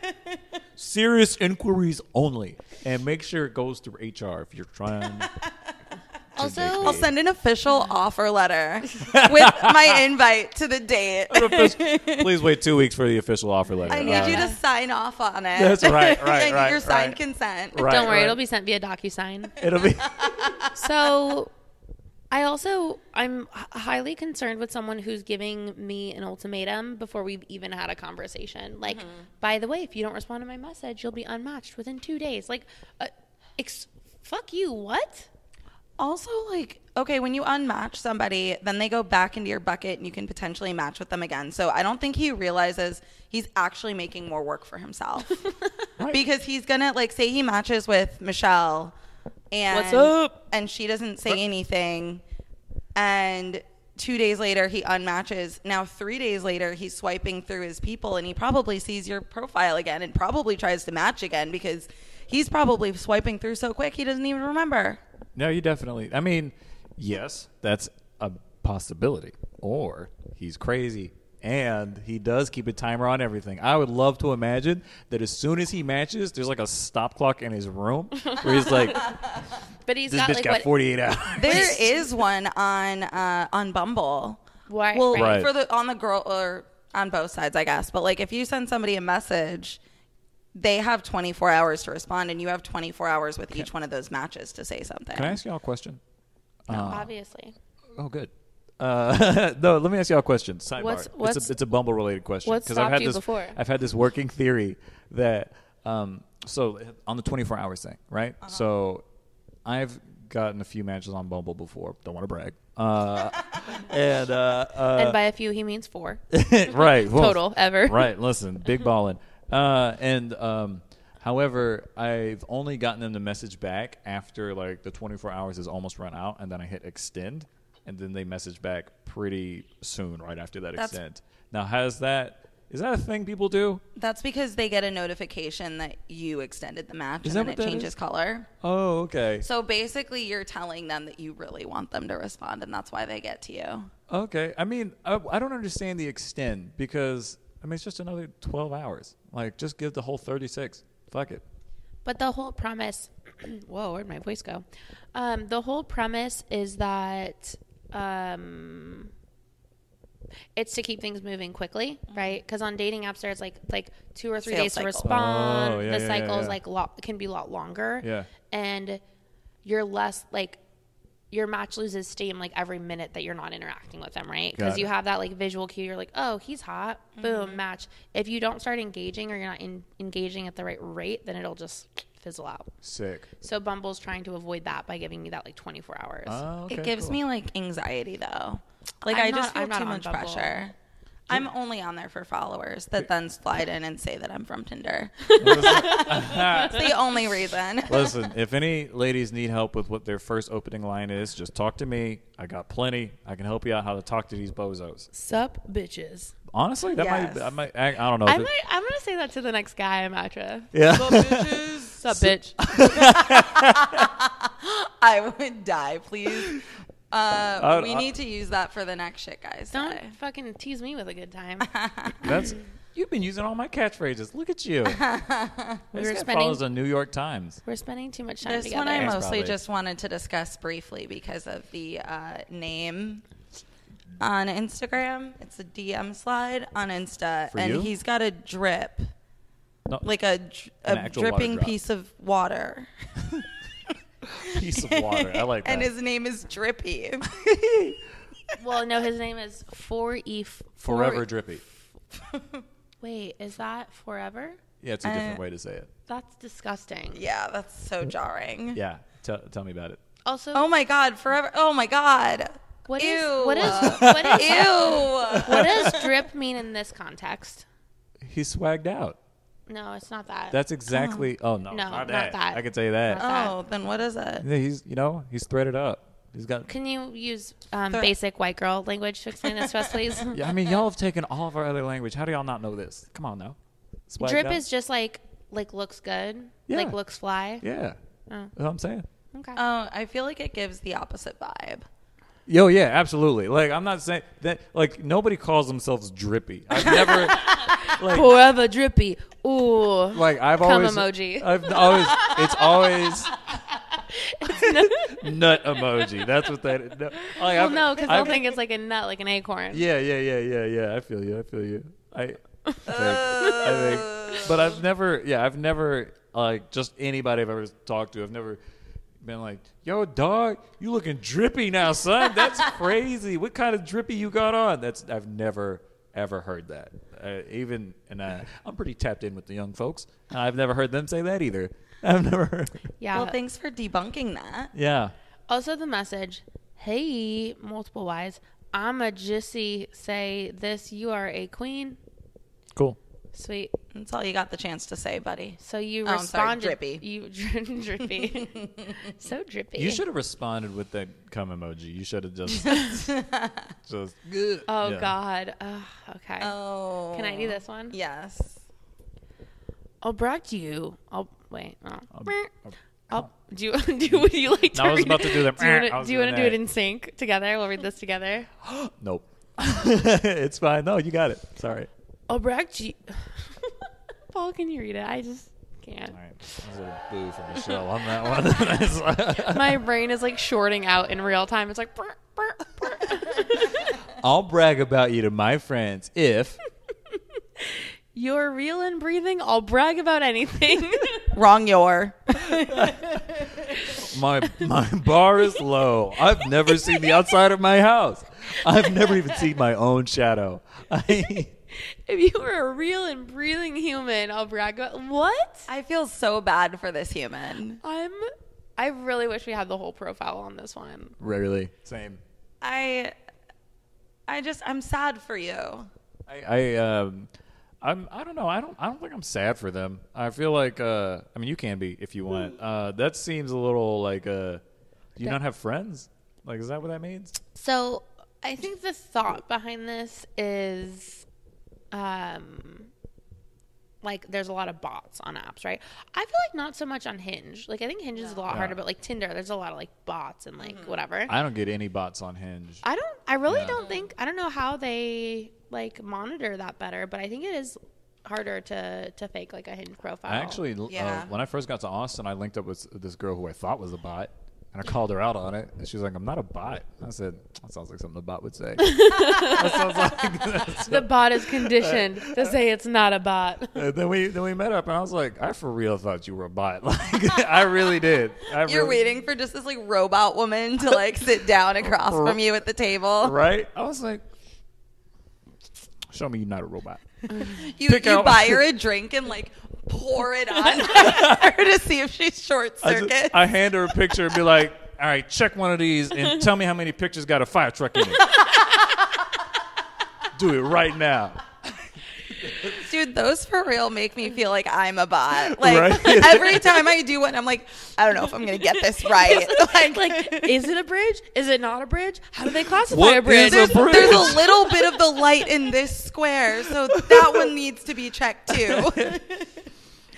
Speaker 2: Serious inquiries only, and make sure it goes through HR if you're trying.
Speaker 1: [laughs]
Speaker 2: to
Speaker 3: Also-
Speaker 2: date me.
Speaker 1: I'll send an
Speaker 2: [laughs]
Speaker 1: official offer letter with my invite to the
Speaker 2: [laughs]
Speaker 1: date.
Speaker 2: Please wait two
Speaker 1: [laughs]
Speaker 2: weeks for the official offer letter.
Speaker 1: I need
Speaker 2: Uh,
Speaker 1: you to sign off on it.
Speaker 2: That's
Speaker 1: [laughs]
Speaker 2: right, right,
Speaker 1: I need
Speaker 2: right,
Speaker 1: your signed
Speaker 2: right.
Speaker 1: consent.
Speaker 2: Right,
Speaker 3: Don't worry,
Speaker 2: right.
Speaker 3: it'll be sent via DocuSign.
Speaker 1: [laughs]
Speaker 2: It'll be.
Speaker 3: so I also I'm h- highly concerned with someone who's giving me an ultimatum before we've even had a conversation. Like, by the way, if you don't respond to my message, you'll be unmatched within two days. Like, uh, Ex- fuck you. What?
Speaker 1: Also, like, okay, when you unmatch somebody, then they go back into your bucket and you can potentially match with them again. So I don't think he realizes he's actually making more work for
Speaker 4: [laughs]
Speaker 1: himself. Because he's gonna like say he matches with Michelle and
Speaker 4: What's up?
Speaker 1: and she doesn't say anything. And two days later he unmatches. Now three days later he's swiping through his people and he probably sees your profile again and probably tries to match again because he's probably swiping through so quick he doesn't even remember.
Speaker 2: No, you definitely. I mean, yes, that's a possibility. Or he's crazy and he does keep a timer on everything. I would love to imagine that as soon as he matches, there's like a stop clock in his room where
Speaker 1: [laughs]
Speaker 2: he's like,
Speaker 3: But he's
Speaker 2: this
Speaker 3: got
Speaker 2: bitch
Speaker 3: like
Speaker 2: got
Speaker 3: what?
Speaker 2: 48 hours.
Speaker 1: There
Speaker 2: [laughs]
Speaker 1: is one on uh, on Bumble.
Speaker 3: Why-
Speaker 1: Well,
Speaker 2: Right.
Speaker 1: for the on the girl or on both sides, I guess. But like, if you send somebody a message, they have 24 hours to respond, and you have 24 hours with each one of those matches to say something.
Speaker 2: Can I ask y'all a question?
Speaker 3: obviously.
Speaker 2: Oh, good. Uh, [laughs] no, let me ask y'all a question. Sidebar.
Speaker 3: What's-
Speaker 2: it's,
Speaker 3: what's-
Speaker 2: a, it's a Bumble related question
Speaker 3: what
Speaker 2: I've
Speaker 3: stopped
Speaker 2: had
Speaker 3: you
Speaker 2: this
Speaker 3: before?
Speaker 2: I've had this working theory that um, so on the 24 hours thing, right?
Speaker 3: Uh-huh.
Speaker 2: So I've gotten a few matches on Bumble before. Don't want to brag. Uh, and uh,
Speaker 3: and by a few, he
Speaker 2: [laughs]
Speaker 3: means four.
Speaker 2: right well,
Speaker 3: Total, ever.
Speaker 2: right listen big ballin uh, and um, however i've only gotten them to message back after like the 24 hours has almost run out and then i hit extend and then they message back pretty soon right after that
Speaker 1: That's-
Speaker 2: extend now has that is that a thing people do
Speaker 1: That's because they get a notification that you extended the match,
Speaker 2: Is that
Speaker 1: and
Speaker 2: what
Speaker 1: then it
Speaker 2: that
Speaker 1: changes
Speaker 2: is?
Speaker 1: color.
Speaker 2: oh okay
Speaker 1: So basically, you're telling them that you really want them to respond, and that's why they get to you.
Speaker 2: okay i mean I, I don't understand the extend because i mean it's just another 12 hours like just give the whole 36 fuck it
Speaker 3: But the whole premise, [clears throat] whoa, where'd my voice go? Um, the whole premise is that um, it's to keep things moving quickly, right? Because on dating apps, there's like like two or three
Speaker 1: Mm-hmm. Sales
Speaker 3: days
Speaker 1: cycle.
Speaker 3: to respond.
Speaker 2: Oh, yeah,
Speaker 3: the
Speaker 2: yeah, yeah,
Speaker 3: cycles
Speaker 2: yeah.
Speaker 3: like lo- can be a lot longer.
Speaker 2: Yeah.
Speaker 3: and you're less like your match loses steam like every minute that you're not interacting with them, right?
Speaker 2: Got
Speaker 3: Because you
Speaker 2: it.
Speaker 3: have that like visual cue. You're like, oh, he's hot.
Speaker 4: Mm-hmm.
Speaker 3: Boom, match. If you don't start engaging or you're not in- engaging at the right rate, then it'll just fizzle out.
Speaker 2: sick
Speaker 3: So Bumble's trying to avoid that by giving you that like 24 hours.
Speaker 2: oh, okay,
Speaker 1: it gives
Speaker 2: cool.
Speaker 1: me like anxiety though. Like
Speaker 3: I'm
Speaker 1: i just
Speaker 3: not-
Speaker 1: feel
Speaker 3: I'm not
Speaker 1: too
Speaker 3: on
Speaker 1: much
Speaker 3: Bumble.
Speaker 1: pressure. I'm only on there for followers that then slide in and say that I'm from
Speaker 3: [laughs]
Speaker 1: Tinder. [laughs]
Speaker 2: [laughs]
Speaker 1: It's the only reason.
Speaker 2: Listen, if any ladies need help with what their first opening line is, just talk to me. I got plenty. I can help you out how to talk to these bozos.
Speaker 4: Sup, bitches.
Speaker 2: Honestly, that might.
Speaker 1: Yes.
Speaker 2: I might. I, I don't know.
Speaker 3: I
Speaker 2: if it-
Speaker 3: might, I'm gonna say that to the next guy, Matra.
Speaker 2: [laughs] yeah.
Speaker 4: Sup, bitch.
Speaker 1: [laughs]
Speaker 2: [laughs]
Speaker 1: I would die, please. Uh,
Speaker 2: I'd-
Speaker 1: we
Speaker 2: I-
Speaker 1: need to use that for the next shit, guys.
Speaker 3: Don't fucking tease me with a good
Speaker 4: [laughs]
Speaker 3: time.
Speaker 2: That's. You've been using all my catchphrases. Look at you. this
Speaker 3: were
Speaker 2: guy
Speaker 3: spending-
Speaker 2: follows the New York Times.
Speaker 3: We're spending too much time
Speaker 1: This
Speaker 3: together.
Speaker 1: one I
Speaker 2: Yes,
Speaker 1: mostly
Speaker 2: probably.
Speaker 1: just wanted to discuss briefly because of the uh, name on Instagram. It's a DM slide on Insta,
Speaker 2: For
Speaker 1: and
Speaker 2: you?
Speaker 1: he's got a drip,
Speaker 2: No,
Speaker 1: like a, dr-
Speaker 2: An
Speaker 1: a
Speaker 2: actual water
Speaker 1: dripping
Speaker 2: drop.
Speaker 1: piece of water.
Speaker 2: piece of water. I like
Speaker 1: [laughs]
Speaker 2: that.
Speaker 1: and his name is Drippy. [laughs]
Speaker 3: well, no, his name is Four E.
Speaker 2: Forever drippy.
Speaker 3: Wait, is that forever?
Speaker 2: Yeah, it's a different
Speaker 1: Uh,
Speaker 2: way to say it.
Speaker 3: That's disgusting.
Speaker 1: yeah, that's so jarring.
Speaker 2: Yeah. Tell tell me about it.
Speaker 3: Also,
Speaker 1: Oh my god, forever. Oh my god.
Speaker 3: what
Speaker 1: ew.
Speaker 3: is what is [laughs] what is
Speaker 1: ew.
Speaker 3: what does drip mean in this context?
Speaker 2: He swagged out.
Speaker 3: No, it's not that.
Speaker 2: That's exactly. Oh, no,
Speaker 3: No,
Speaker 2: not
Speaker 3: not
Speaker 2: that.
Speaker 3: that.
Speaker 2: I can tell you that.
Speaker 3: Not
Speaker 1: oh, then what is it?
Speaker 2: Yeah, he's you know he's threaded up. He's got
Speaker 3: Can you use um,
Speaker 1: The-
Speaker 3: basic white girl language to explain this to us, please?
Speaker 2: Yeah, I mean, y'all have taken all of our other language. How do y'all not know this? Come on now. Swag
Speaker 3: Drip
Speaker 2: up.
Speaker 3: is just like like looks good,
Speaker 2: Yeah.
Speaker 3: like looks fly.
Speaker 2: yeah.
Speaker 3: Oh.
Speaker 2: That's what I'm saying.
Speaker 3: Okay.
Speaker 1: Oh, I feel like it gives the opposite vibe.
Speaker 2: Yo, yeah, absolutely. Like I'm not saying that. Like nobody calls themselves drippy. I've
Speaker 3: [laughs]
Speaker 2: never. like,
Speaker 3: Forever drippy. Ooh.
Speaker 2: [laughs]
Speaker 3: [laughs]
Speaker 2: like I've
Speaker 3: Cum
Speaker 2: always
Speaker 3: emoji.
Speaker 2: I've always. It's always. [laughs] nut emoji. That's what that. No, like,
Speaker 3: well,
Speaker 2: I've-
Speaker 3: no, because
Speaker 2: I've-
Speaker 3: they'll think it's like a nut, like an acorn.
Speaker 2: Yeah, yeah, yeah, yeah, yeah. I feel you. I feel you. I, I think, I
Speaker 3: Uh.
Speaker 2: think. But I've never, yeah, I've never, like, just anybody I've ever talked to, I've never been like, yo, dog, you looking drippy now, son.
Speaker 3: [laughs]
Speaker 2: That's crazy. What kind of drippy you got on? That's, I've never, ever heard that. Uh, even, and I, I'm pretty tapped in with the young folks. I've never heard them say that either. I've never heard.
Speaker 3: Yeah.
Speaker 1: Well, thanks for debunking that.
Speaker 2: Yeah.
Speaker 3: Also, the message, hey, multiple wives, I'm a jissy, say this, you are a queen.
Speaker 2: Cool.
Speaker 3: Sweet.
Speaker 1: That's all you got the chance to say, buddy.
Speaker 3: So you
Speaker 1: Oh, I'm sorry,
Speaker 3: responded.
Speaker 1: drippy.
Speaker 3: You [laughs]
Speaker 1: [laughs]
Speaker 3: dri- [laughs] drippy. so drippy.
Speaker 2: You should have responded with that cum emoji. You should have
Speaker 3: [laughs]
Speaker 2: just just.
Speaker 3: Oh,
Speaker 2: Yeah.
Speaker 3: God. Ugh, okay.
Speaker 1: Oh.
Speaker 3: Can I do this one?
Speaker 1: Yes.
Speaker 3: I'll brought you. I'll wait. Oh.
Speaker 2: I'll-
Speaker 3: I'll- [laughs] do you do would you like to
Speaker 2: Um, No, I was
Speaker 3: read
Speaker 2: about
Speaker 3: it?
Speaker 2: to do the-
Speaker 3: [laughs] Do you
Speaker 2: I
Speaker 3: wanna-
Speaker 2: was
Speaker 3: do you want to
Speaker 2: doing
Speaker 3: do it
Speaker 2: that.
Speaker 3: in sync together? We'll read this together.
Speaker 2: Nope. [laughs] it's fine. No, you got it. Sorry.
Speaker 3: I'll brought you. [laughs] Paul, can you read it? I just can't.
Speaker 2: All right. That was a boo from Michelle on [laughs] that one.
Speaker 3: [laughs] My brain is like shorting out in real time. It's like. brr, brr,
Speaker 1: [laughs]
Speaker 3: brr. [laughs]
Speaker 2: I'll brag about you to my friends if
Speaker 3: You're real and breathing. I'll brag
Speaker 1: [laughs]
Speaker 3: about anything.
Speaker 1: Wrong your.
Speaker 2: my my bar is low. I've never seen the outside of my house. I've never even seen my own shadow. [laughs] I,
Speaker 3: if you were a real and breathing human, I'll brag about what?
Speaker 1: I feel so bad for this human.
Speaker 3: I'm. I really wish we had the whole profile on this one.
Speaker 2: rarely. Same.
Speaker 1: I I just I'm sad for you.
Speaker 2: I, I um I'm I don't know. I don't I don't think I'm sad for them. I feel like uh I mean you can be if you want. Uh that seems a little like uh do you not have friends? Like is that what that means?
Speaker 3: So I think the thought behind this is, um, like there's a lot of bots on apps, right? I feel like not so much on Hinge. Like I think Hinge is a lot
Speaker 2: Yeah.
Speaker 3: harder, but like Tinder, there's a lot of like bots and like whatever. I,
Speaker 2: I don't get any bots on Hinge.
Speaker 3: don't. I really
Speaker 2: Yeah.
Speaker 3: don't think. I don't know how they like monitor that better, but I think it is harder to to fake like a Hinge profile.
Speaker 2: I actually uh,
Speaker 1: Yeah.
Speaker 2: when I first got to Austin, I linked up with this girl who I thought was a bot. And I called her out on it, and she was like, "I'm not a bot." I said, "That sounds like something a bot
Speaker 1: [laughs]
Speaker 2: would say." That sounds like- that's-
Speaker 3: the bot is conditioned to say it's not a bot.
Speaker 2: and then we then we met up, and I was like, "I for real thought you were a bot. [laughs] Like, I really did. I
Speaker 1: You're
Speaker 2: really-
Speaker 1: waiting for just this like robot woman to
Speaker 2: [laughs]
Speaker 1: like sit down across from you at the table.
Speaker 2: right? I was like, show me you're not a robot.
Speaker 1: You
Speaker 2: Pick
Speaker 1: you
Speaker 2: out-
Speaker 1: buy her a drink and like pour it on
Speaker 2: [laughs]
Speaker 1: [laughs] her to see if she's short
Speaker 2: I, just-
Speaker 1: circuit.
Speaker 2: I hand her a picture and be like, all right, check one of these and tell me how many pictures got a fire truck in it. Do it right now.
Speaker 1: Dude, those for real make me feel like I'm a
Speaker 2: [laughs]
Speaker 1: bot. Like [laughs]
Speaker 2: Right?
Speaker 1: every time I do one, I'm like, I don't know if I'm gonna get
Speaker 2: [laughs]
Speaker 1: this
Speaker 3: [laughs]
Speaker 1: right. Like,
Speaker 3: like, is it a bridge? Is it not a bridge? How do they classify
Speaker 2: What
Speaker 3: a bridge?
Speaker 2: is a
Speaker 1: [laughs]
Speaker 2: bridge?
Speaker 1: there's a little bit of the light in this square, so that one needs to be checked too.
Speaker 2: [laughs]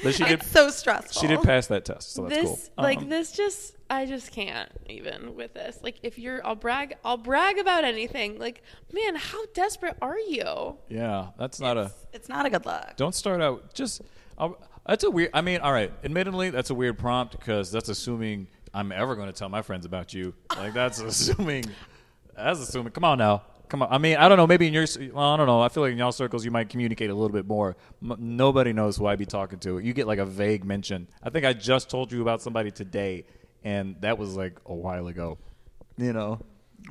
Speaker 2: But she did.
Speaker 1: It's so stressful.
Speaker 2: She did pass that test, so that's
Speaker 3: this
Speaker 2: cool.
Speaker 3: like
Speaker 2: Um,
Speaker 3: this just I just can't even with this. Like if you're I'll brag I'll brag about anything. Like, man, how desperate are you?
Speaker 2: yeah, that's not a.
Speaker 1: It's not a good look.
Speaker 2: Don't start out. Just uh, that's a weird. I mean, all right. Admittedly, that's a weird prompt because that's assuming I'm ever going to tell my friends about you. Like that's [laughs] assuming. That's assuming. Come on now. Come on. I mean, I don't know. Maybe in your, c- well, I don't know. I feel like in y'all circles, you might communicate a little bit more. M- nobody knows who I be talking to. You get like a vague mention. I think I just told you about somebody today, and that was like a while ago. You know.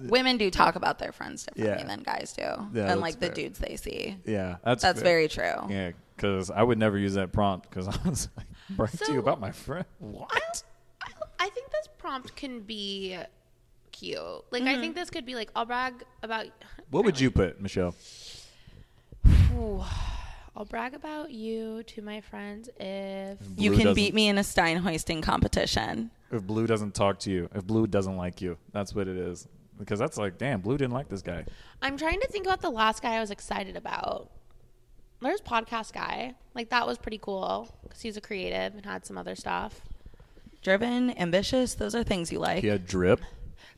Speaker 1: Women do talk about their friends differently
Speaker 2: Yeah.
Speaker 1: than guys do,
Speaker 2: that's
Speaker 1: and like
Speaker 2: fair.
Speaker 1: the dudes they see.
Speaker 2: Yeah. That's
Speaker 1: That's
Speaker 2: fair.
Speaker 1: very true.
Speaker 2: Yeah, because I would never use that prompt because [laughs] I was like, brag to
Speaker 3: So-
Speaker 2: you about my friend. [laughs] What?
Speaker 3: I, I think this prompt can be cute. Like I think this could be like I'll brag about [sighs]
Speaker 2: What would you put, Michelle?
Speaker 3: Ooh, I'll brag about you to my friends if
Speaker 1: You can
Speaker 2: Blue doesn't-
Speaker 1: beat me in a Stein hoisting competition.
Speaker 2: If Blue doesn't talk to you, if Blue doesn't like you, that's what it is. Because that's like, damn, Blue didn't like this guy.
Speaker 3: I'm trying to think about the last guy I was excited about. There's podcast guy. Like that was pretty cool because he's a creative and had some other stuff.
Speaker 1: Driven, ambitious, those are things you like.
Speaker 2: He had drip.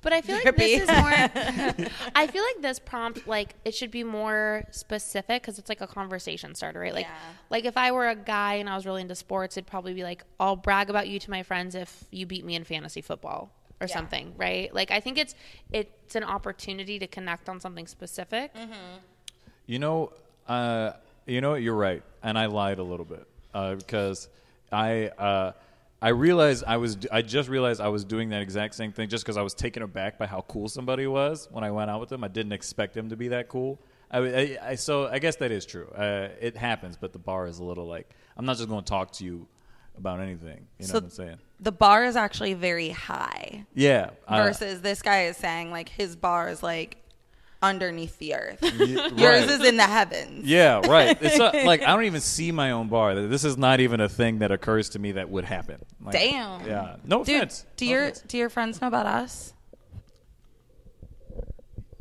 Speaker 3: But I feel like
Speaker 1: Drippy.
Speaker 3: this is more. I feel like this prompt, like it should be more specific because it's like a conversation starter, right? Like,
Speaker 1: Yeah.
Speaker 3: like if I were a guy and I was really into sports, it'd probably be like, "I'll brag about you to my friends if you beat me in fantasy football or something," right? Like I think it's it's an opportunity to connect on something specific.
Speaker 2: You know, uh, you know what? You're right, and I lied a little bit uh, because I uh, I realized I was I just realized I was doing that exact same thing just because I was taken aback by how cool somebody was when I went out with them. I didn't expect them to be that cool. I, I, I so I guess that is true. Uh, it happens, but the bar is a little like I'm not just going to talk to you about anything. You know
Speaker 1: So-
Speaker 2: what I'm saying?
Speaker 1: The bar is actually very high
Speaker 2: Yeah. uh, I- [laughs]
Speaker 1: versus this guy is saying like his bar is like underneath the
Speaker 2: [laughs]
Speaker 1: earth.
Speaker 2: Y-
Speaker 1: [laughs] Yours
Speaker 2: right.
Speaker 1: is in the heavens.
Speaker 2: Yeah, right. It's not, like I
Speaker 3: [laughs]
Speaker 2: don't even see my own bar. This is not even a thing that occurs to me that would happen. Like,
Speaker 1: Damn.
Speaker 2: Yeah. No
Speaker 1: Dude,
Speaker 2: offense.
Speaker 1: do
Speaker 2: No
Speaker 1: your
Speaker 2: offense.
Speaker 1: do your friends know about
Speaker 2: [laughs]
Speaker 1: us?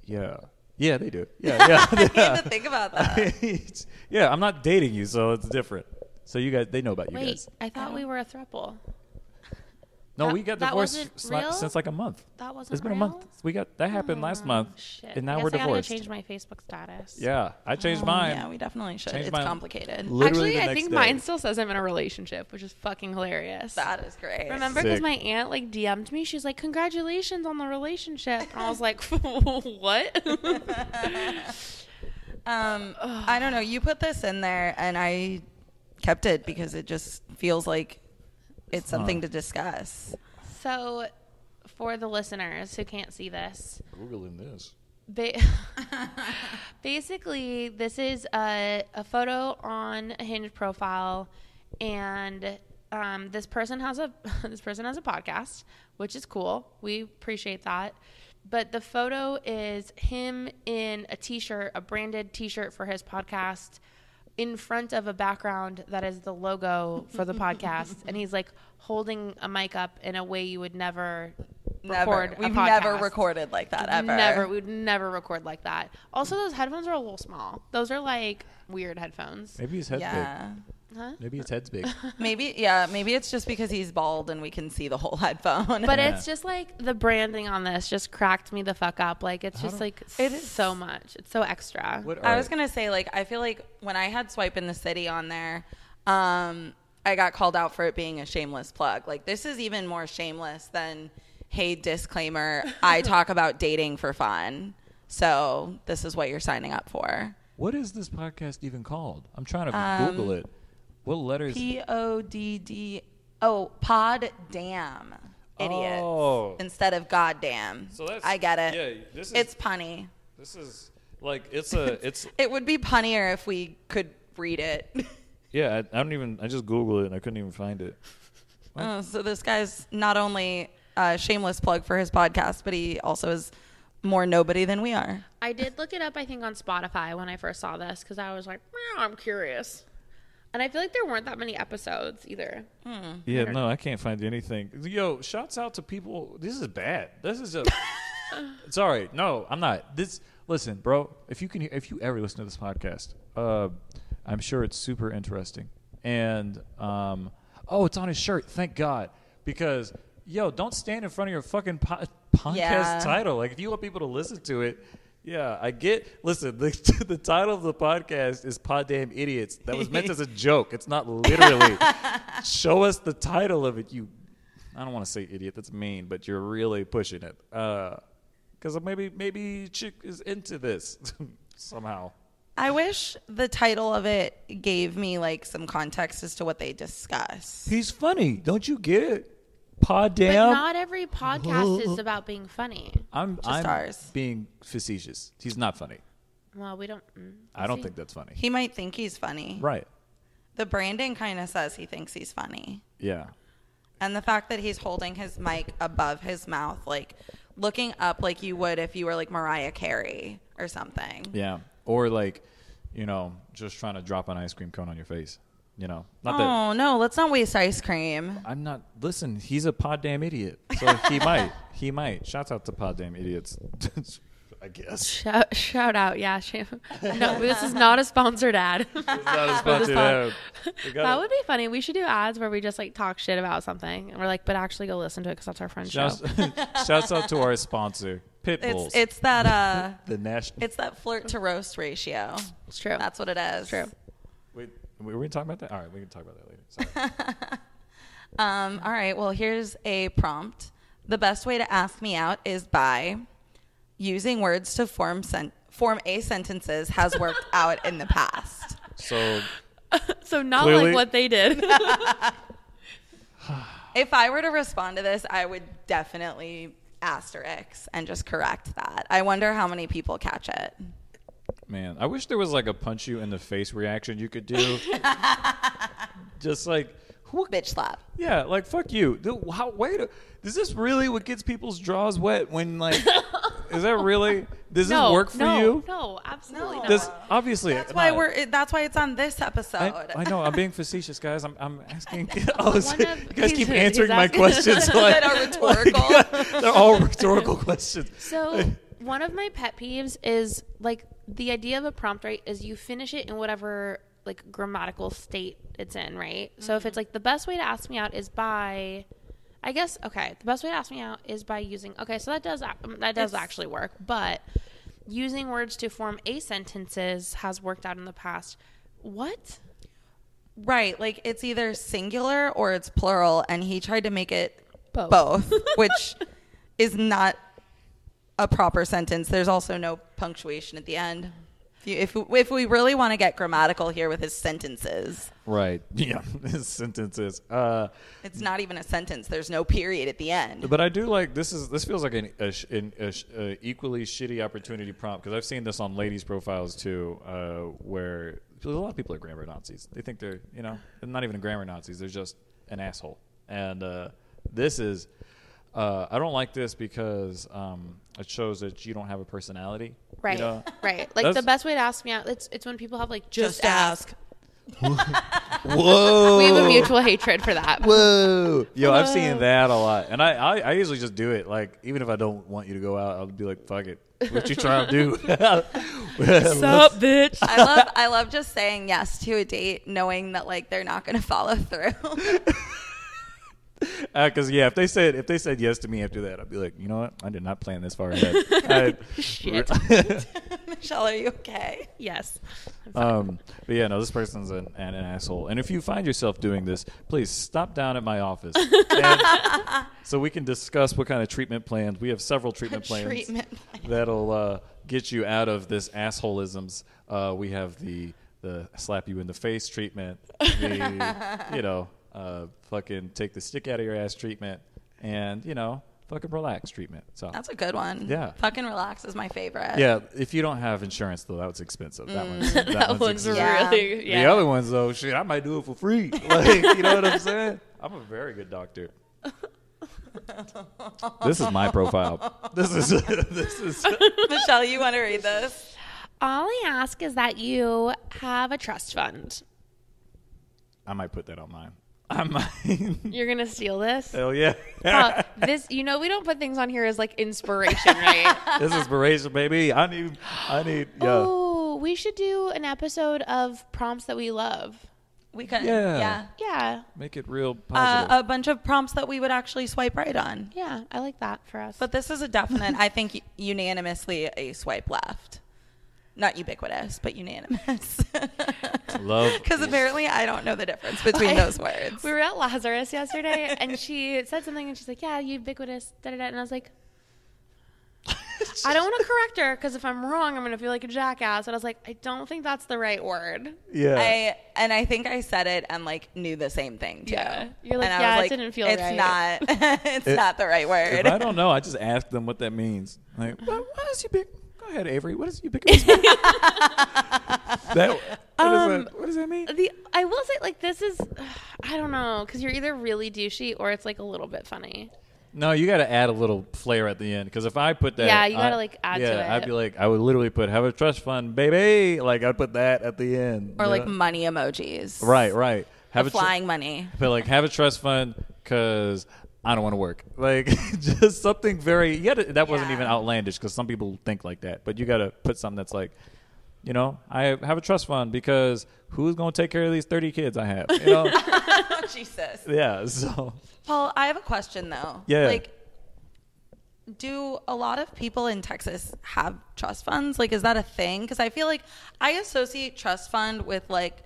Speaker 2: Yeah. Yeah, they do. Yeah, yeah.
Speaker 1: I need to think about
Speaker 2: [laughs]
Speaker 1: that.
Speaker 3: [laughs]
Speaker 2: It's- yeah, I'm not dating you, so it's different. So you guys, they know about you
Speaker 3: Wait,
Speaker 2: guys.
Speaker 3: I thought we were a throuple.
Speaker 2: No,
Speaker 3: that-
Speaker 2: we got
Speaker 3: that
Speaker 2: divorced
Speaker 3: wasn't
Speaker 2: sli-
Speaker 3: real?
Speaker 2: since like a month.
Speaker 3: That wasn't
Speaker 2: It's been a
Speaker 3: real? Oh,
Speaker 2: month. We got that happened last month,
Speaker 3: Shit.
Speaker 2: and now
Speaker 3: Guess
Speaker 2: we're
Speaker 3: I gotta
Speaker 2: divorced.
Speaker 3: change my Oh, Facebook status.
Speaker 2: yeah, I changed mine.
Speaker 1: Oh, Yeah, we definitely should.
Speaker 2: Change
Speaker 1: it's
Speaker 2: my-
Speaker 1: complicated.
Speaker 2: Literally
Speaker 3: Actually,
Speaker 2: the
Speaker 3: I
Speaker 2: next
Speaker 3: think
Speaker 2: day.
Speaker 3: mine still says I'm in a relationship, which is fucking hilarious.
Speaker 1: that is great.
Speaker 3: Remember, because
Speaker 2: Sick.
Speaker 3: my aunt like DM'd me. She's like, "Congratulations on the relationship," and I was like, [laughs] "What?" [laughs]
Speaker 1: Um, I don't know. You put this in there, and I kept it because it just feels like it's something to discuss.
Speaker 3: so, for the listeners who can't see this,
Speaker 2: Googling this.
Speaker 3: Ba- [laughs] basically, this is a, a photo on a Hinge profile, and um, this person has a [laughs] this person has a podcast, which is cool. We appreciate that. But the photo is him in a t-shirt, a branded t-shirt for his podcast, in front of a background that is the logo for the podcast, and he's like holding a mic up in a way you would never record.
Speaker 1: never,
Speaker 3: a
Speaker 1: we've never
Speaker 3: podcast.
Speaker 1: recorded like that ever.
Speaker 3: Never, we would never record like that. Also, those headphones are a little small. Those are like weird headphones.
Speaker 2: Maybe his head's big.
Speaker 1: yeah,
Speaker 3: Huh?
Speaker 2: Maybe his head's
Speaker 3: [laughs]
Speaker 2: big.
Speaker 1: maybe. Yeah, maybe it's just because he's bald and we can see the whole [laughs] headphone.
Speaker 3: But
Speaker 2: Yeah.
Speaker 3: it's just like the branding on this just cracked me the fuck up. Like it's just like it is so much. It's so extra.
Speaker 2: What
Speaker 1: I
Speaker 2: are-
Speaker 1: was gonna say, like, I feel like when I had swipe in the city on there, um, I got called out for it being a shameless plug. Like, this is even more shameless than, hey,
Speaker 2: [laughs]
Speaker 1: disclaimer, I talk about dating for fun. So this is what you're signing up for.
Speaker 2: What is this podcast even called? I'm trying to Google it. What letters?
Speaker 1: P O D D oh pod damn idiot
Speaker 2: Oh.
Speaker 1: instead of goddamn.
Speaker 2: So that's-
Speaker 1: I get it.
Speaker 2: yeah, this is-
Speaker 1: it's punny.
Speaker 2: This is like it's a it's
Speaker 1: It would be punnier if we could read it. [laughs]
Speaker 2: yeah. I, I don't even. I just Googled it and I couldn't even find it.
Speaker 1: Oh, so this guy's not only a shameless plug for his podcast, but he also is more nobody than we are.
Speaker 3: I did look it up. I think on Spotify when I first saw this because I was like, "Meow, I'm curious. And I feel like there weren't that many episodes either.
Speaker 2: Yeah, no, I can't find anything. Yo, shouts out to people. This is bad. This is just. Sorry, no, I'm not. This listen, bro. If you can, if you ever listen to this podcast, uh, I'm sure it's super interesting. And um, oh, it's on his shirt. Thank God, because yo, don't stand in front of your fucking po- podcast
Speaker 1: Yeah.
Speaker 2: title. Like, if you want people to listen to it. Yeah, I get. Listen, [laughs] the, the title of the podcast is "Pod Damn Idiots." That was meant as a joke. It's not literally. Show us the title of it, you. I don't want to say idiot. That's mean, but you're really pushing it. Because maybe maybe chick is into this [laughs] somehow.
Speaker 1: I wish the title of it gave me like some context as to what they discuss.
Speaker 2: He's funny, don't you get it? Pod
Speaker 3: But
Speaker 2: damn.
Speaker 3: not every podcast
Speaker 2: [laughs]
Speaker 3: is about being funny.
Speaker 2: I'm I'm
Speaker 1: ours.
Speaker 2: being facetious. He's not funny.
Speaker 3: Well, we don't. mm,
Speaker 2: I don't
Speaker 3: see.
Speaker 2: think that's funny.
Speaker 1: He might think he's funny.
Speaker 2: Right?
Speaker 1: The branding kind of says he thinks he's funny.
Speaker 2: Yeah.
Speaker 1: And the fact that he's holding his mic above his mouth, like looking up like you would if you were like Mariah Carey or something.
Speaker 2: Yeah. Or like, you know, just trying to drop an ice cream cone on your face. You know, not that
Speaker 1: Oh, no, let's not waste ice cream.
Speaker 2: I'm not. Listen, he's a pod damn idiot. So he might. He might. Shouts out to pod damn idiots. [laughs] I guess.
Speaker 3: Shout, shout out, yeah. shame. [laughs] No, this is not a sponsored ad. [laughs] That would be funny. We should do ads where we just like talk shit about something, and we're like, but actually go listen to it because that's our friend
Speaker 2: Shouts,
Speaker 3: show.
Speaker 2: [laughs] shouts out to our sponsor, Pitbulls.
Speaker 1: It's it's that uh
Speaker 2: the national.
Speaker 1: It's that flirt to roast ratio.
Speaker 3: It's true.
Speaker 1: That's what it is.
Speaker 3: true.
Speaker 2: Wait, were we talking about that? All right, we can talk about that later. Sorry.
Speaker 1: [laughs] Um, all right. Well, here's a prompt. The best way to ask me out is by using words to form sen- form a sentences has
Speaker 3: [laughs]
Speaker 1: worked out in the past.
Speaker 2: So
Speaker 3: So not
Speaker 2: Clearly-
Speaker 3: like what they did.
Speaker 1: If I were to respond to this, I would definitely asterisk and just correct that. I wonder how many people catch it.
Speaker 2: Man, I wish there was like a punch you in the face reaction you could do. Just like
Speaker 1: bitch slap.
Speaker 2: Yeah, like fuck you. Dude, how, wait, a- is this really what gets people's draws wet? When like, is that really? Does
Speaker 3: [laughs] no,
Speaker 2: this work for
Speaker 3: no,
Speaker 2: you?
Speaker 3: No, absolutely
Speaker 1: No.
Speaker 3: not.
Speaker 2: Does obviously
Speaker 1: Uh, That's why
Speaker 2: not.
Speaker 1: we're. It, that's why it's on this episode.
Speaker 2: I, I know. I'm being facetious, guys. I'm, I'm
Speaker 1: [laughs]
Speaker 2: asking. [laughs] Oh, so
Speaker 3: One
Speaker 2: you
Speaker 3: of-
Speaker 2: guys
Speaker 3: he's-
Speaker 2: keep
Speaker 3: he's
Speaker 2: answering my
Speaker 3: asking-
Speaker 2: questions. Like, [laughs]
Speaker 1: That are rhetorical.
Speaker 2: like, they're all rhetorical [laughs] questions. [laughs]
Speaker 3: So one of my pet peeves is like the idea of a prompt right is you finish it in whatever like grammatical state it's in, right? So if it's like the best way to ask me out is by I guess okay, the best way to ask me out is by using okay, so that does ac- that does
Speaker 1: It's-
Speaker 3: actually work, but using words to form a sentences has worked out in the past. What?
Speaker 1: Right. Like it's either singular or it's plural, and he tried to make it
Speaker 3: Both.
Speaker 1: both, which is not a proper sentence. There's also no punctuation at the end. If, you, if, if we really want to get grammatical here with his sentences,
Speaker 2: right. Yeah. [laughs] His sentences. Uh,
Speaker 1: it's not even a sentence. There's no period at the end.
Speaker 2: [laughs] But I do like this. Is this feels like an a, sh- an a, sh- a equally shitty opportunity prompt because I've seen this on ladies' profiles too, uh, where a lot of people are grammar Nazis. They think they're you know they're not even grammar Nazis. They're just an asshole. And uh, this is uh, I don't like this because um, it shows that you don't have a personality. you
Speaker 3: Right.
Speaker 2: know?
Speaker 3: Right. Like the
Speaker 2: That's-
Speaker 3: best way to ask me out it's it's when people have like just,
Speaker 2: Whoa.
Speaker 3: [laughs] We have a mutual hatred for that.
Speaker 2: Whoa. Yo, I've seen that a lot. And I, I, I usually just do it. Like, even if I don't want you to go out, I'll be like, fuck it. What you trying to do? [laughs]
Speaker 4: Sup, bitch?
Speaker 1: I love I love just saying yes to a date, knowing that like they're not going to follow through. [laughs]
Speaker 2: Because, Uh, yeah, if they said if they said yes to me after that, I'd be like, you know what? I did not plan this far ahead. I-
Speaker 3: Shit.
Speaker 1: Michelle, are you okay?
Speaker 3: yes.
Speaker 2: [laughs] um, but yeah, no, this person's an, an, an asshole. And if you find yourself doing this, please stop down at my office. And- so we can discuss what kind of treatment plans. We have
Speaker 1: [laughs]
Speaker 2: several treatment plans.
Speaker 1: Treatment plan.
Speaker 2: that'll uh, get you out of this assholeisms. Uh, we have the the slap you in the face treatment, the you know, uh, fucking take the stick out of your ass treatment, and you know, fucking relax treatment. So
Speaker 1: That's a good one.
Speaker 2: Yeah.
Speaker 1: Fucking relax is my favorite.
Speaker 2: yeah, if you don't have insurance though, that was expensive. That one's [laughs] that,
Speaker 3: [laughs] That one's
Speaker 2: expensive.
Speaker 1: Yeah.
Speaker 3: really yeah.
Speaker 2: The other ones though, shit, I might do it for free. [laughs] Like, you know what I'm saying? I'm a very good doctor. this is my profile. This is [laughs] this is
Speaker 1: Michelle, you want to read this?
Speaker 3: All I ask is that you have a trust fund.
Speaker 2: I might put that on mine. I might.
Speaker 3: You're gonna steal
Speaker 2: [laughs]
Speaker 3: this.
Speaker 2: Hell yeah.
Speaker 3: Uh, this, you know, we don't put things on here as like inspiration, [laughs] right?
Speaker 2: [laughs] this is Berasia, baby. I need, I
Speaker 3: [gasps]
Speaker 2: need, [laughs] yeah.
Speaker 3: Oh, we should do an episode of prompts that we love.
Speaker 1: We could.
Speaker 2: Yeah.
Speaker 1: Yeah.
Speaker 3: Yeah,
Speaker 2: Make it real positive.
Speaker 1: Uh, a bunch of prompts that we would actually swipe right on.
Speaker 3: yeah, I like that for us.
Speaker 1: But this is a definite, I think, [laughs] unanimously a swipe left. Not ubiquitous, but unanimous.
Speaker 2: [laughs]
Speaker 1: [laughs]
Speaker 2: Love.
Speaker 1: Because apparently I don't know the difference [laughs] between those words.
Speaker 3: we were at Lazarus yesterday, and she said something, and she's like, "Yeah, ubiquitous." Da da da, and I was like. uh,
Speaker 2: [laughs]
Speaker 3: I don't want to correct her because if I'm wrong, I'm going to feel like a jackass. And I was like, I don't think that's the right word.
Speaker 2: yeah.
Speaker 1: I and I think I said it and like knew the same thing too.
Speaker 3: Yeah. You're like,
Speaker 1: and I
Speaker 3: "Yeah,
Speaker 1: was
Speaker 3: it didn't feel
Speaker 1: it's
Speaker 3: right."
Speaker 1: not. [laughs] it's
Speaker 2: If-
Speaker 1: not the right word.
Speaker 2: if
Speaker 1: [laughs]
Speaker 2: I don't know, I just ask them what that means. Like, what, what is ubiqu? Go ahead, Avery. What is
Speaker 3: [laughs]
Speaker 2: ubiquitous? mean? that, what, does
Speaker 3: Um,
Speaker 2: that, what does that mean?
Speaker 3: The I will say like this is [sighs] I don't know because you're either really douchey or it's like a little bit funny.
Speaker 2: No, you got to add a little flair at the end because if I put that,
Speaker 3: Yeah, you
Speaker 2: I-
Speaker 3: gotta, like, add to
Speaker 2: yeah,
Speaker 3: it.
Speaker 2: I'd be like, I would literally put "Have a trust fund, baby." Like I'd put that at the end,
Speaker 1: or
Speaker 2: you
Speaker 1: like
Speaker 2: know?
Speaker 1: money emojis.
Speaker 2: right, right. Have
Speaker 1: The
Speaker 2: a tr-
Speaker 1: flying money.
Speaker 2: but like have a trust fund because I don't want to work. Like [laughs] just something very yeah. That wasn't
Speaker 1: Yeah.
Speaker 2: even outlandish because some people think like that. But you got to put something that's like, you know, I have a trust fund because who's going to take care of these thirty kids I have?
Speaker 1: [laughs]
Speaker 2: You know,
Speaker 1: [laughs] Jesus.
Speaker 2: yeah. So
Speaker 1: Paul, I have a question though.
Speaker 2: Yeah.
Speaker 1: Like, do a lot of people in Texas have trust funds? Like, is that a thing? Because I feel like I associate trust fund with like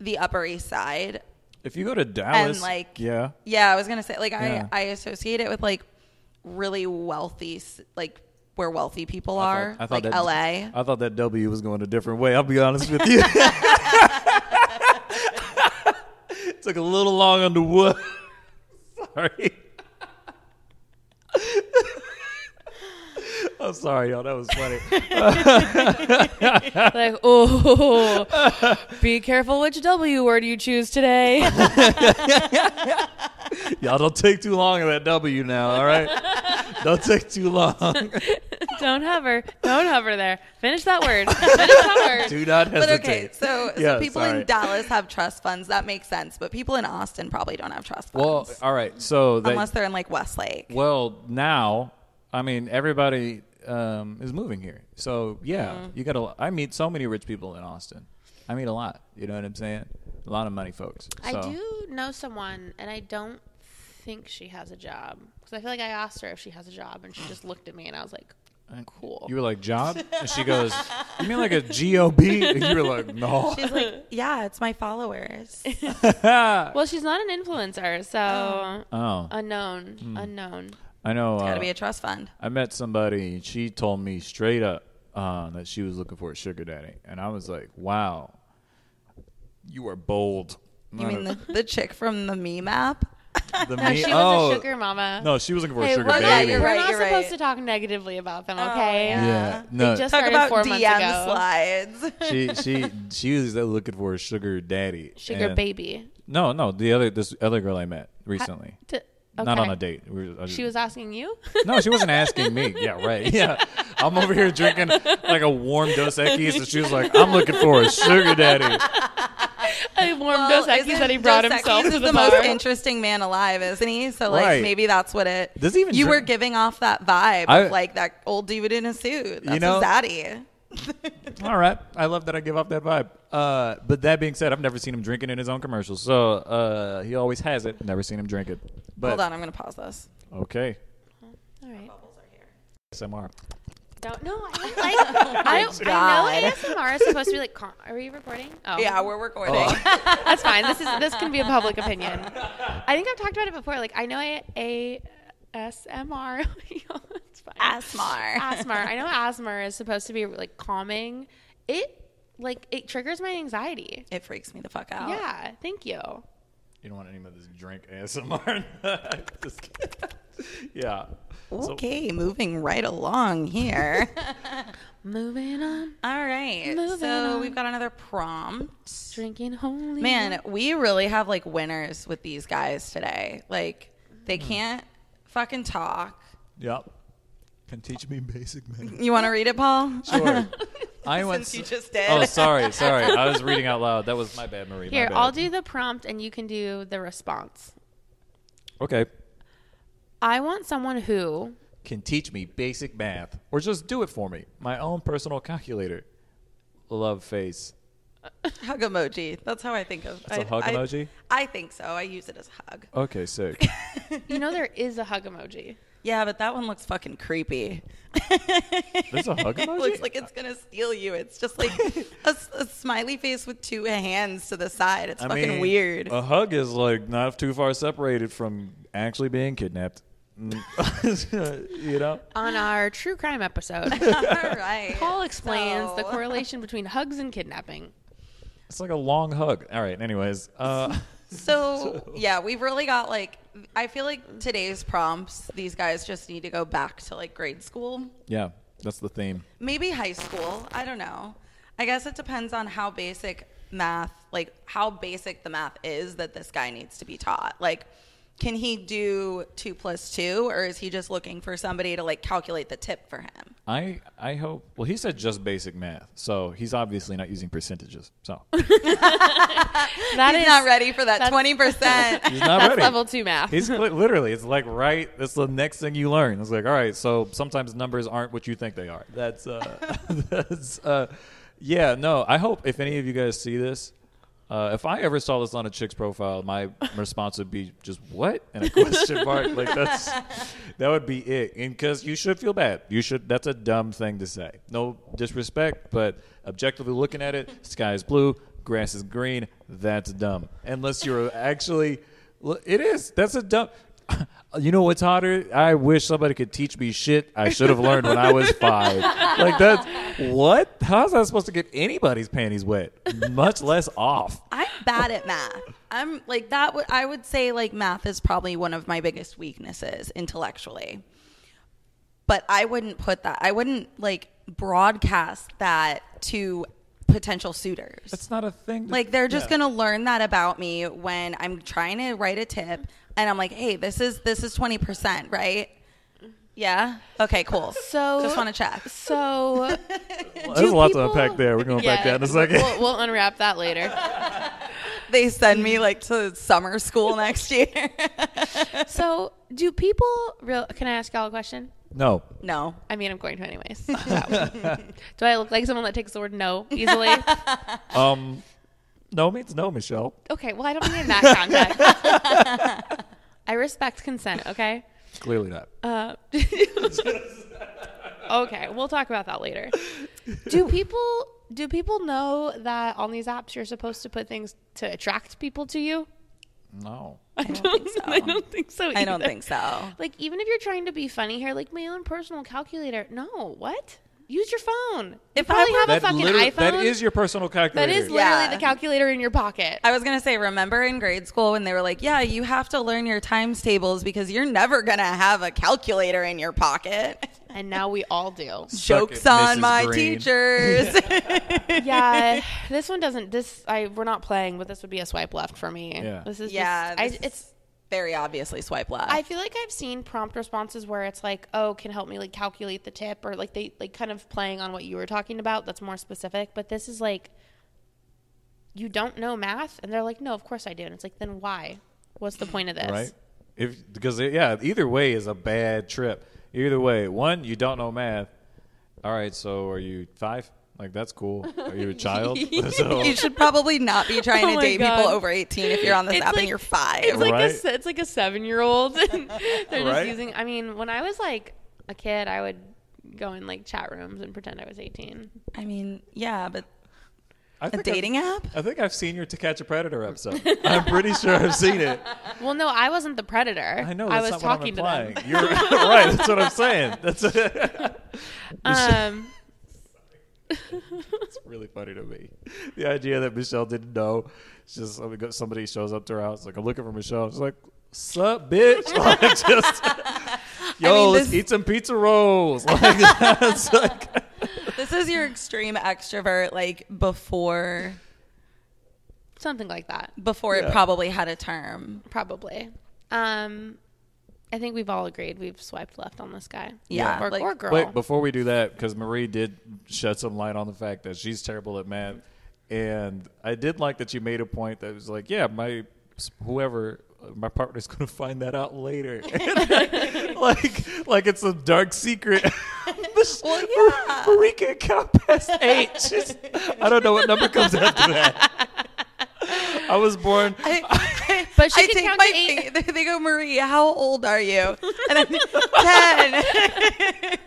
Speaker 1: the Upper East Side.
Speaker 2: if you go to Dallas,
Speaker 1: like-
Speaker 2: yeah,
Speaker 1: Yeah, I was gonna say like I
Speaker 2: Yeah.
Speaker 1: I associate it with like really wealthy s- like where wealthy people
Speaker 2: I thought-
Speaker 1: are
Speaker 2: I thought
Speaker 1: like
Speaker 2: that,
Speaker 1: LA.
Speaker 2: I thought that W was going a different way. I'll be honest with you. [laughs] Took a little long on the wood. [laughs] Sorry. I [laughs] I'm sorry, y'all. That was funny.
Speaker 4: [laughs]
Speaker 2: [laughs]
Speaker 4: like, oh, [laughs] be careful which W word you choose [laughs] today.
Speaker 2: y'all don't take too long in that W now. All right, don't take too long. [laughs]
Speaker 3: Don't hover. Don't hover there. Finish that
Speaker 4: [laughs]
Speaker 3: word. Finish that word.
Speaker 2: Do not
Speaker 1: But
Speaker 2: hesitate.
Speaker 1: okay, so, so
Speaker 2: Yeah,
Speaker 1: people
Speaker 2: sorry.
Speaker 1: in Dallas have trust funds. That makes sense. But people in Austin probably don't have trust funds.
Speaker 2: Well, all right. So that,
Speaker 1: unless they're in like Westlake.
Speaker 2: Well, now, I mean, everybody um, is moving here, so yeah,
Speaker 3: Mm-hmm.
Speaker 2: you got to. I meet so many rich people in Austin. I meet a lot. You know what I'm saying? A lot of money, folks.
Speaker 3: I
Speaker 2: So-
Speaker 3: do know someone, and I don't think she has a job because I feel like I asked her if she has a job, and she
Speaker 2: [sighs]
Speaker 3: just looked at me, and I was like, "Cool."
Speaker 2: You were like job, and she
Speaker 3: [laughs]
Speaker 2: goes, "You mean like a gob?" And you were like, "No." [laughs]
Speaker 1: She's like, yeah, it's my followers.
Speaker 3: well, she's not an influencer, so
Speaker 2: oh,
Speaker 3: unknown, unknown.
Speaker 2: I know.
Speaker 1: Got to
Speaker 2: Uh,
Speaker 1: be a trust fund.
Speaker 2: I met somebody. and She told me straight up uh, that she was looking for a sugar daddy, and I was like, "Wow, you are bold."
Speaker 1: You mean
Speaker 2: uh.
Speaker 1: the, the chick from the meme app?
Speaker 3: [laughs]
Speaker 2: the
Speaker 3: No,
Speaker 2: me-
Speaker 3: she was
Speaker 2: oh,
Speaker 3: a sugar mama.
Speaker 2: No, she was looking for a
Speaker 3: Hey,
Speaker 2: sugar
Speaker 1: yeah,
Speaker 3: we're not,
Speaker 2: baby.
Speaker 1: you're
Speaker 3: we're
Speaker 1: right,
Speaker 3: not
Speaker 1: you're
Speaker 3: supposed
Speaker 1: right.
Speaker 3: to talk negatively about them, okay?
Speaker 1: yeah.
Speaker 2: yeah,
Speaker 1: Yeah.
Speaker 2: no,
Speaker 3: They just
Speaker 1: Talk
Speaker 3: started
Speaker 1: about
Speaker 3: four months
Speaker 1: DM
Speaker 3: ago. [laughs]
Speaker 1: slides.
Speaker 2: she she she was looking for a sugar daddy.
Speaker 3: Sugar
Speaker 2: and-
Speaker 3: baby.
Speaker 2: No, no, the other this other girl I met recently,
Speaker 3: T-
Speaker 2: not
Speaker 3: okay.
Speaker 2: on a date. We were- I
Speaker 3: She was asking you.
Speaker 2: No, she wasn't asking me. Yeah, right. Yeah, I'm over here drinking like a warm Dos Equis, and she was like, "I'm looking for a sugar daddy."
Speaker 3: [laughs] I warm Dos Equis
Speaker 1: isn't
Speaker 3: that he brought
Speaker 1: Dos
Speaker 3: himself
Speaker 1: Equis
Speaker 3: to
Speaker 1: is
Speaker 3: the,
Speaker 1: the
Speaker 3: bar.
Speaker 1: most interesting man alive, isn't he? So like
Speaker 2: Right.
Speaker 1: maybe that's what it.
Speaker 2: Does he even
Speaker 1: you were
Speaker 2: drink-
Speaker 1: giving off that vibe
Speaker 2: I-
Speaker 1: of like that old dude in a suit. That's
Speaker 2: know-
Speaker 1: a zaddy.
Speaker 2: All right, I love that I give off that vibe. Uh, but that being said, I've never seen him drinking in his own commercials, so uh, he always has it. Never seen him drink it. But
Speaker 1: Hold on, I'm gonna pause this.
Speaker 2: okay,
Speaker 3: All right.
Speaker 2: SMR.
Speaker 3: Don't, no,
Speaker 1: [laughs]
Speaker 2: [laughs]
Speaker 3: I like. I, I know
Speaker 1: God.
Speaker 3: ASMR is supposed to be like. Con- are we recording? Oh,
Speaker 1: Yeah, we're recording.
Speaker 2: Oh.
Speaker 1: [laughs]
Speaker 3: That's fine. This is this can be a public opinion. I think I've talked about it before. Like I know a, a SMR. [laughs] it's fine.
Speaker 1: Asmar.
Speaker 3: ASMR. I know ASMR is supposed to be like calming. It like it triggers my anxiety.
Speaker 1: It freaks me the fuck out.
Speaker 3: Yeah. Thank you.
Speaker 2: You don't want any of this drink ASMR. [laughs] Just kidding. yeah. So-
Speaker 1: Okay, moving right along
Speaker 3: [laughs]
Speaker 1: here.
Speaker 3: Moving on,
Speaker 1: All right.
Speaker 3: Moving
Speaker 1: so
Speaker 3: on.
Speaker 1: we've got another prompt.
Speaker 3: drinking holy.
Speaker 1: Man, we really have like winners with these guys today. Like they
Speaker 2: Hmm.
Speaker 1: can't fucking talk.
Speaker 2: yep. Can teach me basic math.
Speaker 1: You want to read it, Paul?
Speaker 2: [laughs]
Speaker 1: [laughs]
Speaker 2: Sure. I went.
Speaker 1: Since you just did.
Speaker 2: Oh, sorry, sorry. I was reading out loud. That was my bad, Marie. my
Speaker 3: Here,
Speaker 2: bad.
Speaker 3: I'll do the prompt and you can do the response.
Speaker 2: Okay.
Speaker 3: I want someone who
Speaker 2: Can teach me basic math, or just do it for me. My own personal calculator. Love face.
Speaker 1: Hug emoji. That's how I think of.
Speaker 2: That's a
Speaker 1: I-
Speaker 2: hug
Speaker 1: I-
Speaker 2: emoji?
Speaker 1: I think so. I use it as a hug. [laughs]
Speaker 2: Okay, sick.
Speaker 3: you know there is a hug emoji.
Speaker 1: Yeah, but that one looks fucking creepy. [laughs]
Speaker 2: There's a hug emoji?
Speaker 1: looks like it's gonna steal you. It's just
Speaker 2: [laughs]
Speaker 1: like a, s- a smiley face with two hands to the side. It's fucking weird.
Speaker 2: A hug is like not too far separated from actually being kidnapped. [laughs] you know.
Speaker 3: On our true crime
Speaker 1: [laughs] [laughs] All
Speaker 3: episode,
Speaker 1: right.
Speaker 3: Paul explains the
Speaker 1: So-
Speaker 3: correlation between hugs and kidnapping.
Speaker 2: It's like a long hug. All right. Anyways, uh, [laughs]
Speaker 1: So yeah, we've really got like I feel like today's prompts, these guys just need to go back to like grade school,
Speaker 2: yeah, that's the theme.
Speaker 1: maybe high school. I don't know. I guess it depends on how basic math, like how basic the math is that this guy needs to be taught. Like, can he do two plus two, or is he just looking for somebody to like calculate the tip for him?
Speaker 2: I I hope. Well, he said just basic math, so he's obviously not using percentages.
Speaker 3: [laughs]
Speaker 2: So
Speaker 3: That is
Speaker 1: He's not ready for that
Speaker 3: that's-
Speaker 1: twenty percent.
Speaker 2: he's not
Speaker 3: that's
Speaker 2: ready.
Speaker 3: level two math.
Speaker 2: He's li- literally. It's like right. That's the next thing you learn. It's like all right. So sometimes numbers aren't what you think they are. That's uh, [laughs] that's uh, yeah. No, I hope if any of you guys see this. Uh, if I ever saw this on a chick's profile, my response would be just "what" and a question mark. Like that's that would be it. And because you should feel bad, you should. That's a dumb thing to say. No disrespect, but objectively looking at it, sky is blue, grass is green. That's dumb. Unless you're actually, l- it is. That's a dumb. [laughs] You know what's hotter? I wish somebody could teach me shit I should have learned when I was five. Like that's what? How's that supposed to get anybody's panties wet? Much less off.
Speaker 1: I'm bad at math. I'm like that. Would I would say like math is probably one of my biggest weaknesses intellectually. but I wouldn't put that. I wouldn't like broadcast that to potential suitors.
Speaker 2: That's not a thing. to-
Speaker 1: Like they're just
Speaker 2: Yeah.
Speaker 1: gonna learn that about me when I'm trying to write a tip and I'm like, hey, this is this is twenty percent, right? Yeah. Okay. Cool.
Speaker 3: So-
Speaker 1: just want to check.
Speaker 3: So
Speaker 2: There's a
Speaker 3: do
Speaker 2: lot to
Speaker 3: people-
Speaker 2: unpack there. We're going to unpack that in a second.
Speaker 3: We'll, we'll unwrap that later.
Speaker 1: They send me like to summer school next year.
Speaker 3: So, do people real? Can I ask y'all a question?
Speaker 2: no.
Speaker 1: [laughs] no.
Speaker 3: I mean, I'm going to anyways. So that one. do I look like someone that takes the word no easily?
Speaker 2: Um, no means no, Michelle.
Speaker 3: Okay, well, I don't mean in that context. I respect consent. Okay.
Speaker 2: Clearly not.
Speaker 3: Uh, [laughs] okay, we'll talk about that later. Do people do people know that on these apps you're supposed to put things to attract people to you?
Speaker 2: No.
Speaker 3: I don't, [laughs] I don't think so.
Speaker 1: I don't
Speaker 3: either.
Speaker 1: think [laughs] so.
Speaker 3: Like even if you're trying to be funny here, like my own personal calculator. No, what? Use your phone. If
Speaker 1: If
Speaker 3: you
Speaker 1: I
Speaker 3: probably
Speaker 1: were-
Speaker 3: have a
Speaker 2: That,
Speaker 3: fucking
Speaker 2: literally-
Speaker 3: iPhone.
Speaker 2: that is your personal
Speaker 3: that
Speaker 2: calculator.
Speaker 3: is literally
Speaker 1: Yeah.
Speaker 3: the calculator in your pocket.
Speaker 1: I was gonna say, remember in grade school when they were like, "Yeah, you have to learn your times tables because you're never gonna have a calculator in your pocket."
Speaker 3: and now we
Speaker 1: [laughs]
Speaker 3: all do.
Speaker 2: Suck
Speaker 1: Jokes
Speaker 2: it,
Speaker 1: on
Speaker 2: Mrs.
Speaker 1: my
Speaker 2: Green. [laughs]
Speaker 1: teachers. [laughs]
Speaker 3: yeah, this one doesn't. This I we're not playing, but this would be a swipe left for me.
Speaker 2: Yeah.
Speaker 3: This is
Speaker 1: yeah,
Speaker 3: Just, I,
Speaker 1: this
Speaker 3: it's
Speaker 1: is very obviously swipe left.
Speaker 2: Oh.
Speaker 3: I feel like I've seen prompt responses where it's like, "Oh, can help me like calculate the tip," or like they like kind of playing on what you were talking about. That's more specific, but this is like, you don't know math, and they're like, "No, of course I do," and it's like, then why? What's the point of this?
Speaker 2: right? If because yeah, either way is a bad trip. Either way, one you don't know math. All right, so are you five? Like that's cool. Are you a
Speaker 3: [laughs]
Speaker 2: child? so,
Speaker 1: you should probably not be trying
Speaker 3: Oh
Speaker 1: to
Speaker 3: my
Speaker 1: date
Speaker 3: God.
Speaker 1: people over 18 if you're on this
Speaker 3: It's
Speaker 1: app
Speaker 3: like-
Speaker 1: and you're five.
Speaker 3: It's like
Speaker 2: Right?
Speaker 3: a se- it's like a seven year [laughs] old. They're just
Speaker 2: Right?
Speaker 3: using. I mean, when I was like a kid, I would go in like chat rooms and pretend I was eighteen.
Speaker 1: I mean, yeah,
Speaker 3: [laughs]
Speaker 1: but
Speaker 2: I
Speaker 1: a
Speaker 2: think I've-
Speaker 1: dating app?
Speaker 2: I think I've seen your To Catch a Predator episode. I'm pretty sure I've seen
Speaker 3: [laughs]
Speaker 2: it.
Speaker 3: Well, no, I wasn't the predator.
Speaker 2: I know.
Speaker 3: I
Speaker 2: That's
Speaker 3: was
Speaker 2: not
Speaker 3: talking
Speaker 2: what I'm
Speaker 3: to them.
Speaker 2: implying. You're [laughs] right. That's what I'm saying. That's
Speaker 3: [laughs]
Speaker 2: [laughs]
Speaker 3: Um, [laughs]
Speaker 2: It's really funny to me. The idea that Michelle didn't know. It's just I mean, go- somebody shows up to her house, like, I'm looking for Michelle. She's like, Sup, bitch? [laughs] Like, just, yo,
Speaker 1: mean,
Speaker 2: let's
Speaker 1: this-
Speaker 2: eat some pizza rolls. [laughs] Like, that's like,
Speaker 1: This is your extreme extrovert, like before
Speaker 3: something like that,
Speaker 1: before
Speaker 2: Yeah.
Speaker 1: it probably had a term.
Speaker 3: probably. Um, I think we've all agreed we've swiped left on this guy.
Speaker 1: Yeah,
Speaker 3: or,
Speaker 1: like-
Speaker 3: or girl.
Speaker 2: Wait, before we do that, because Marie did shed some light on the fact that she's terrible at math, and I did like that you made a point that was like, yeah, my whoever my partner's [laughs] going to find that out later, [laughs] like like it's a dark secret. [laughs]
Speaker 1: Well, yeah.
Speaker 2: Marie can't count past eight. She's- I don't know what number comes after that.
Speaker 1: [laughs]
Speaker 2: I was born.
Speaker 1: I,
Speaker 3: But she
Speaker 1: I
Speaker 3: can
Speaker 1: take
Speaker 3: count
Speaker 1: my
Speaker 3: to eight.
Speaker 1: finger- They go, Marie, how old are you? And
Speaker 3: [laughs]
Speaker 1: I'm 10. [laughs] I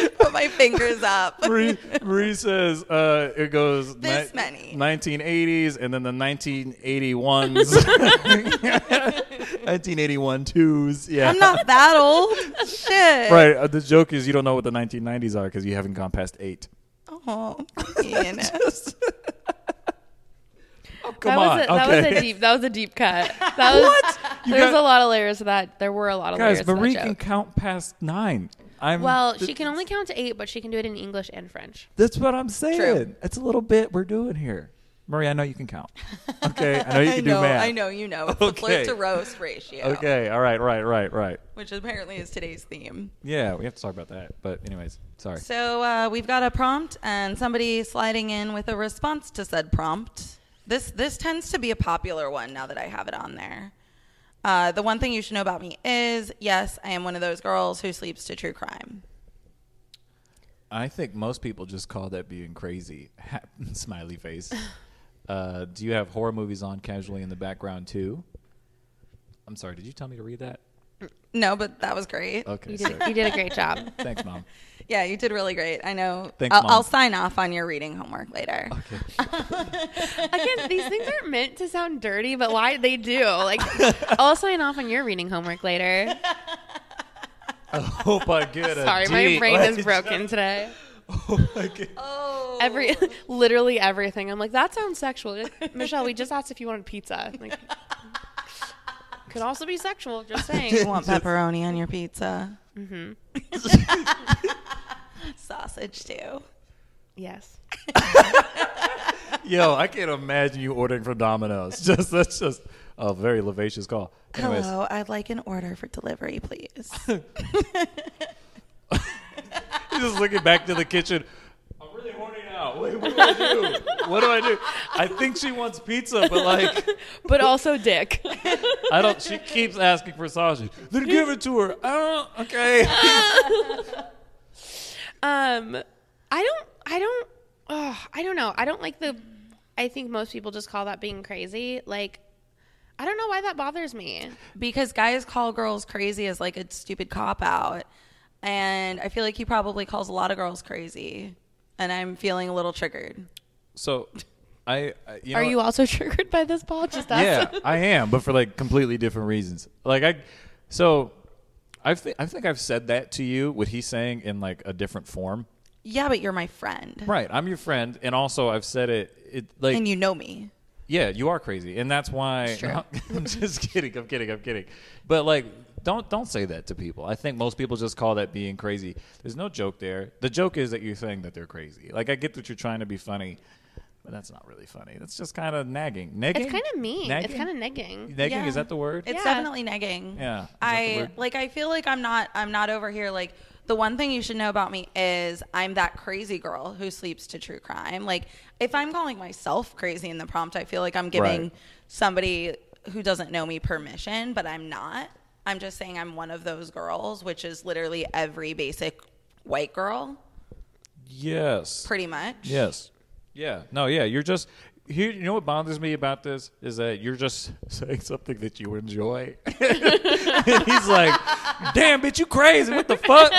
Speaker 1: just put my fingers up.
Speaker 2: Marie, Marie says uh, it goes
Speaker 1: This many.
Speaker 2: 1980s and then the 1981s [laughs] 1981 twos yeah
Speaker 1: I'm not that old. Shit.
Speaker 2: [laughs] right uh, the joke is you don't know what the 1990s are because you haven't gone past [laughs] eight
Speaker 1: Oh, man.
Speaker 2: oh,
Speaker 3: that
Speaker 2: come
Speaker 3: was a,
Speaker 2: on
Speaker 3: that
Speaker 2: okay
Speaker 3: was a deep that was a
Speaker 2: [laughs]
Speaker 3: deep cut. That was there's
Speaker 2: got-
Speaker 3: a lot of layers to that. There were a lot
Speaker 2: [laughs]
Speaker 3: of
Speaker 2: guys
Speaker 3: layers to
Speaker 2: Marie
Speaker 3: that
Speaker 2: can
Speaker 3: joke.
Speaker 2: count past nine I'm
Speaker 3: Well,
Speaker 2: th-
Speaker 3: she can only count to eight, but she can do it in English and French.
Speaker 2: that's what I'm saying it's a little bit we're doing here Marie I know you can count okay [laughs] I know you can
Speaker 1: I
Speaker 2: do
Speaker 1: know,
Speaker 2: math
Speaker 1: I know, you know. It's the
Speaker 2: Okay.
Speaker 1: flirt to roast ratio,
Speaker 2: okay all right right right right
Speaker 1: which apparently is today's theme.
Speaker 2: yeah we have to talk about that but anyways sorry
Speaker 1: So uh, we've got a prompt and somebody sliding in with a response to said prompt. This this tends to be a popular one now that I have it on there. Uh, the one thing you should know about me is yes, I am one of those girls who sleeps to true crime.
Speaker 2: I think most people just call that being crazy. [laughs] Ha- Smiley
Speaker 3: [laughs]
Speaker 2: face. Uh, do you have horror movies on casually in the background too? I'm sorry. Did you tell me to read that?
Speaker 1: No, but that was great.
Speaker 2: Okay.
Speaker 3: You
Speaker 2: sorry.
Speaker 3: did, you did a great job.
Speaker 2: [laughs] Thanks, mom.
Speaker 1: Yeah, you did really great. I know.
Speaker 2: Thanks,
Speaker 1: I'll,
Speaker 2: Mom.
Speaker 1: I'll sign off on your reading homework later.
Speaker 2: Okay.
Speaker 3: Again, these things aren't meant to sound dirty, but why they do? Like, I'll sign off on your reading homework later.
Speaker 2: I hope I get a
Speaker 3: [laughs] Sorry, my
Speaker 2: D.
Speaker 3: brain
Speaker 2: [laughs]
Speaker 3: is
Speaker 2: Like,
Speaker 3: broken today.
Speaker 2: oh my God.
Speaker 1: Oh,
Speaker 3: [laughs] Every, literally everything. I'm like, that sounds sexual. Michelle, we just asked if you wanted pizza. Like, [laughs] could also be sexual. Just
Speaker 1: you
Speaker 3: saying.
Speaker 1: want pepperoni on your pizza?
Speaker 2: [laughs]
Speaker 1: [laughs] Sausage too.
Speaker 3: [laughs] Yes.
Speaker 2: Yo, I can't imagine you ordering from Domino's. [laughs] Just that's just a very vivacious call. Anyways,
Speaker 1: Hello, I'd like an order for delivery,
Speaker 2: [laughs]
Speaker 1: please.
Speaker 2: he's just looking back to the kitchen. I'm really horny now. Wait, what do I do? What do I do? I think she wants pizza, but like
Speaker 5: but also dick.
Speaker 2: I don't. She keeps asking for sausage. Then give it to her. I don't. Okay.
Speaker 3: [laughs] Um, I don't. I don't. Oh, I don't know. I don't like the. I think most people just call that being crazy. Like, I don't know why that bothers me.
Speaker 1: because guys call girls crazy as like a stupid cop out. And I feel like he probably calls a lot of girls crazy. And I'm feeling a little triggered.
Speaker 2: So, I. I you know
Speaker 5: Are
Speaker 2: what?
Speaker 5: you
Speaker 3: [laughs]
Speaker 5: also triggered by this, Paul? Just ask.
Speaker 2: yeah, I am, but for like completely different reasons. Like I, so I think I think I've said that to you. What he's saying in like a different form.
Speaker 1: Yeah, but you're my friend.
Speaker 2: Right. I'm your friend, and also I've said it. It like
Speaker 1: And you know me.
Speaker 2: yeah, you are crazy, and that's why.
Speaker 1: true.
Speaker 2: [laughs] I'm just kidding. I'm kidding. I'm kidding. But like, don't don't say that to people. I think most people just call that being crazy. There's no joke there. The joke is that you're saying that they're crazy. Like I get that you're trying to be funny, but that's not really funny. That's just kind of nagging. Nagging.
Speaker 3: It's kind of mean.
Speaker 2: Nagging?
Speaker 3: It's kind of negging.
Speaker 2: nagging.
Speaker 1: Yeah.
Speaker 2: Is that the word?
Speaker 1: It's
Speaker 3: Yeah.
Speaker 1: definitely negging.
Speaker 2: Yeah. Is that the
Speaker 1: I
Speaker 2: word?
Speaker 1: like I feel like I'm not I'm not over here like the one thing you should know about me is I'm that crazy girl who sleeps to true crime. Like if I'm calling myself crazy in the prompt, I feel like I'm giving
Speaker 2: Right.
Speaker 1: somebody who doesn't know me permission, but I'm not. I'm just saying I'm one of those girls, which is literally every basic white girl,
Speaker 2: Yes.
Speaker 1: pretty much.
Speaker 2: Yes. Yeah. No, yeah. You're just here you know what bothers me about this is that you're just [laughs] saying something that you enjoy. [laughs] and he's like, Damn bitch, you crazy. What the fuck?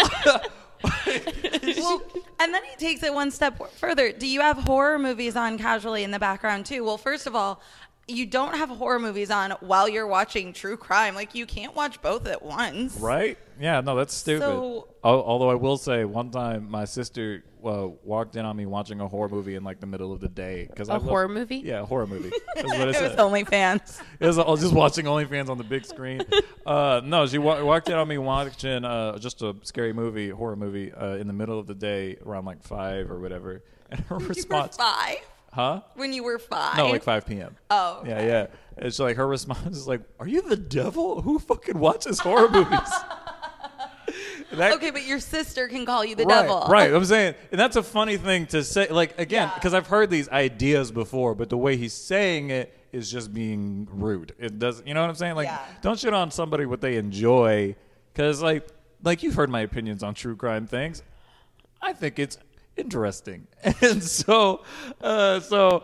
Speaker 2: [laughs]
Speaker 1: well, and then he takes it one step further. Do you have horror movies on casually in the background too? Well, first of all, you don't have horror movies on while you're watching true crime. Like you can't watch both at once.
Speaker 2: right? Yeah, no, that's stupid.
Speaker 1: So-
Speaker 2: Al- Although I will say, one time my sister uh, walked in on me watching a horror movie in like the middle of the day because
Speaker 3: A horror movie?
Speaker 2: Yeah, a horror movie. That's what I
Speaker 1: It was
Speaker 2: said. [laughs]
Speaker 1: OnlyFans.
Speaker 2: It was, I was just watching OnlyFans on the
Speaker 1: [laughs]
Speaker 2: big screen. Uh, no, she wa- walked in on me watching uh, just a scary movie, horror movie, uh, in the middle of the day around like five or whatever. [laughs] And her
Speaker 1: You were
Speaker 2: response,
Speaker 1: five
Speaker 2: huh?
Speaker 1: when you were five.
Speaker 2: No, like 5 p.m.
Speaker 1: Oh,
Speaker 2: Yeah, yeah. It's like her response is like, "Are you the devil? Who fucking watches horror movies?"
Speaker 1: [laughs]
Speaker 2: That-
Speaker 1: Okay, but your sister can call you the
Speaker 2: right,
Speaker 1: devil.
Speaker 3: [laughs]
Speaker 2: Right. I'm saying, and that's a funny thing to say. Like again, because I've heard these ideas before, but the way he's saying it is just being rude. It doesn't. You know what I'm saying? Like,
Speaker 1: Yeah.
Speaker 2: don't shit on somebody what they enjoy, because like, like you've heard my opinions on true crime things. I think it's interesting, [laughs] and so, uh, so.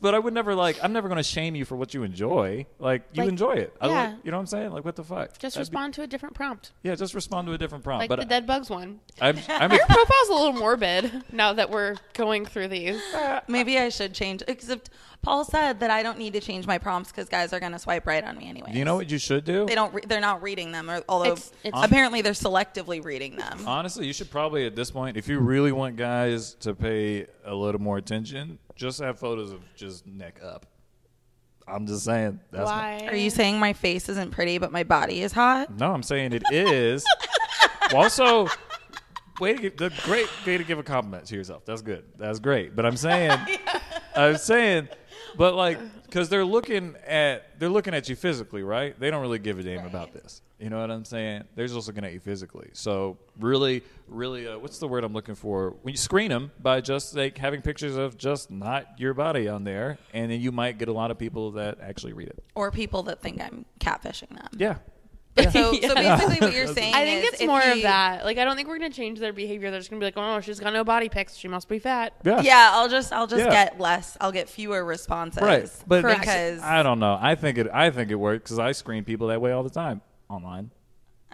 Speaker 2: But I would never like. I'm never going to shame you for what you enjoy. Like you
Speaker 3: Like,
Speaker 2: enjoy it. I
Speaker 3: yeah.
Speaker 2: like, you know what I'm saying? Like what the fuck? That'd
Speaker 3: Just
Speaker 2: be-
Speaker 3: respond to a different prompt,
Speaker 2: yeah, just respond to a different prompt.
Speaker 3: like
Speaker 2: but
Speaker 3: the dead bugs one.
Speaker 2: I'm,
Speaker 3: [laughs]
Speaker 2: I'm
Speaker 5: Your profile's a little morbid now that we're going through these.
Speaker 1: Maybe I should change. Except Paul said that I don't need to change my prompts because guys are going to swipe right on me anyway.
Speaker 2: You know what Um, you should do?
Speaker 1: They don't. Re- they're not reading them, or, although
Speaker 3: It's- it's-
Speaker 1: apparently they're selectively reading them.
Speaker 2: Honestly, you should probably at this point, if you really want guys to pay a little more attention, just have photos of just neck up. I'm just saying. That's my-
Speaker 3: Why?
Speaker 1: Are you saying my face isn't pretty, but my body is hot?
Speaker 2: no, I'm saying it is. Well, also, way to give, the great way to give a compliment to yourself. That's good. That's great. But I'm saying, I'm saying, but like, because they're looking at they're looking at you physically, right? They don't really give a damn about this. You know what I'm saying? They're just looking at you physically. So really, really, uh, what's the word I'm looking for? When you screen them by just like having pictures of just not your body on there, and then you might get a lot of people that actually read it.
Speaker 1: Or people that think I'm catfishing them.
Speaker 2: Yeah.
Speaker 1: So,
Speaker 2: [laughs]
Speaker 1: so basically, what you're saying,
Speaker 3: I think
Speaker 1: is
Speaker 3: it's
Speaker 1: if
Speaker 3: more of
Speaker 1: you-
Speaker 3: that. Like, I don't think we're gonna change their behavior. They're just gonna be like, "Oh, she's got no body pics. She must be fat."
Speaker 2: Yeah.
Speaker 1: Yeah, I'll just I'll just
Speaker 2: Yeah.
Speaker 1: get less. I'll get fewer responses.
Speaker 2: right but that's-
Speaker 1: because I,
Speaker 2: i don't know i think it i think it works because i screen people that way all the time online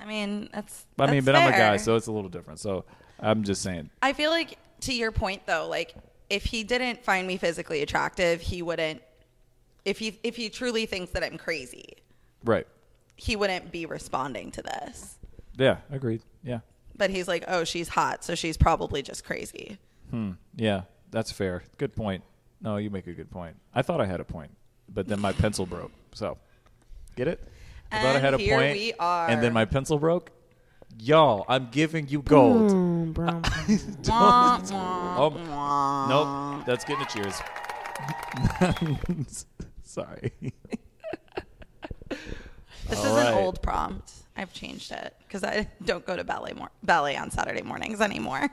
Speaker 1: mean that's.
Speaker 2: but i mean but
Speaker 1: that's
Speaker 2: i'm a guy
Speaker 1: fair.
Speaker 2: so it's a little different so i'm just saying
Speaker 1: I feel like to your point though, like if he didn't find me physically attractive, he wouldn't. If he if he truly thinks that I'm crazy,
Speaker 2: right
Speaker 1: he wouldn't be responding to this.
Speaker 2: yeah agreed yeah
Speaker 1: But he's like, oh, she's hot, so she's probably just crazy.
Speaker 2: yeah that's fair good point no you make a good point i thought i had a point but then my pencil broke so get it i thought i
Speaker 1: And
Speaker 2: had a
Speaker 1: here
Speaker 2: point,
Speaker 1: we are.
Speaker 2: and then my pencil broke y'all, I'm giving you gold. [laughs] Don't- oh, nope, that's getting a cheers. [laughs] Sorry.
Speaker 1: This
Speaker 2: All
Speaker 1: is
Speaker 2: right.
Speaker 1: an old prompt. I've changed it because I [laughs] don't go to ballet more ballet on Saturday mornings anymore.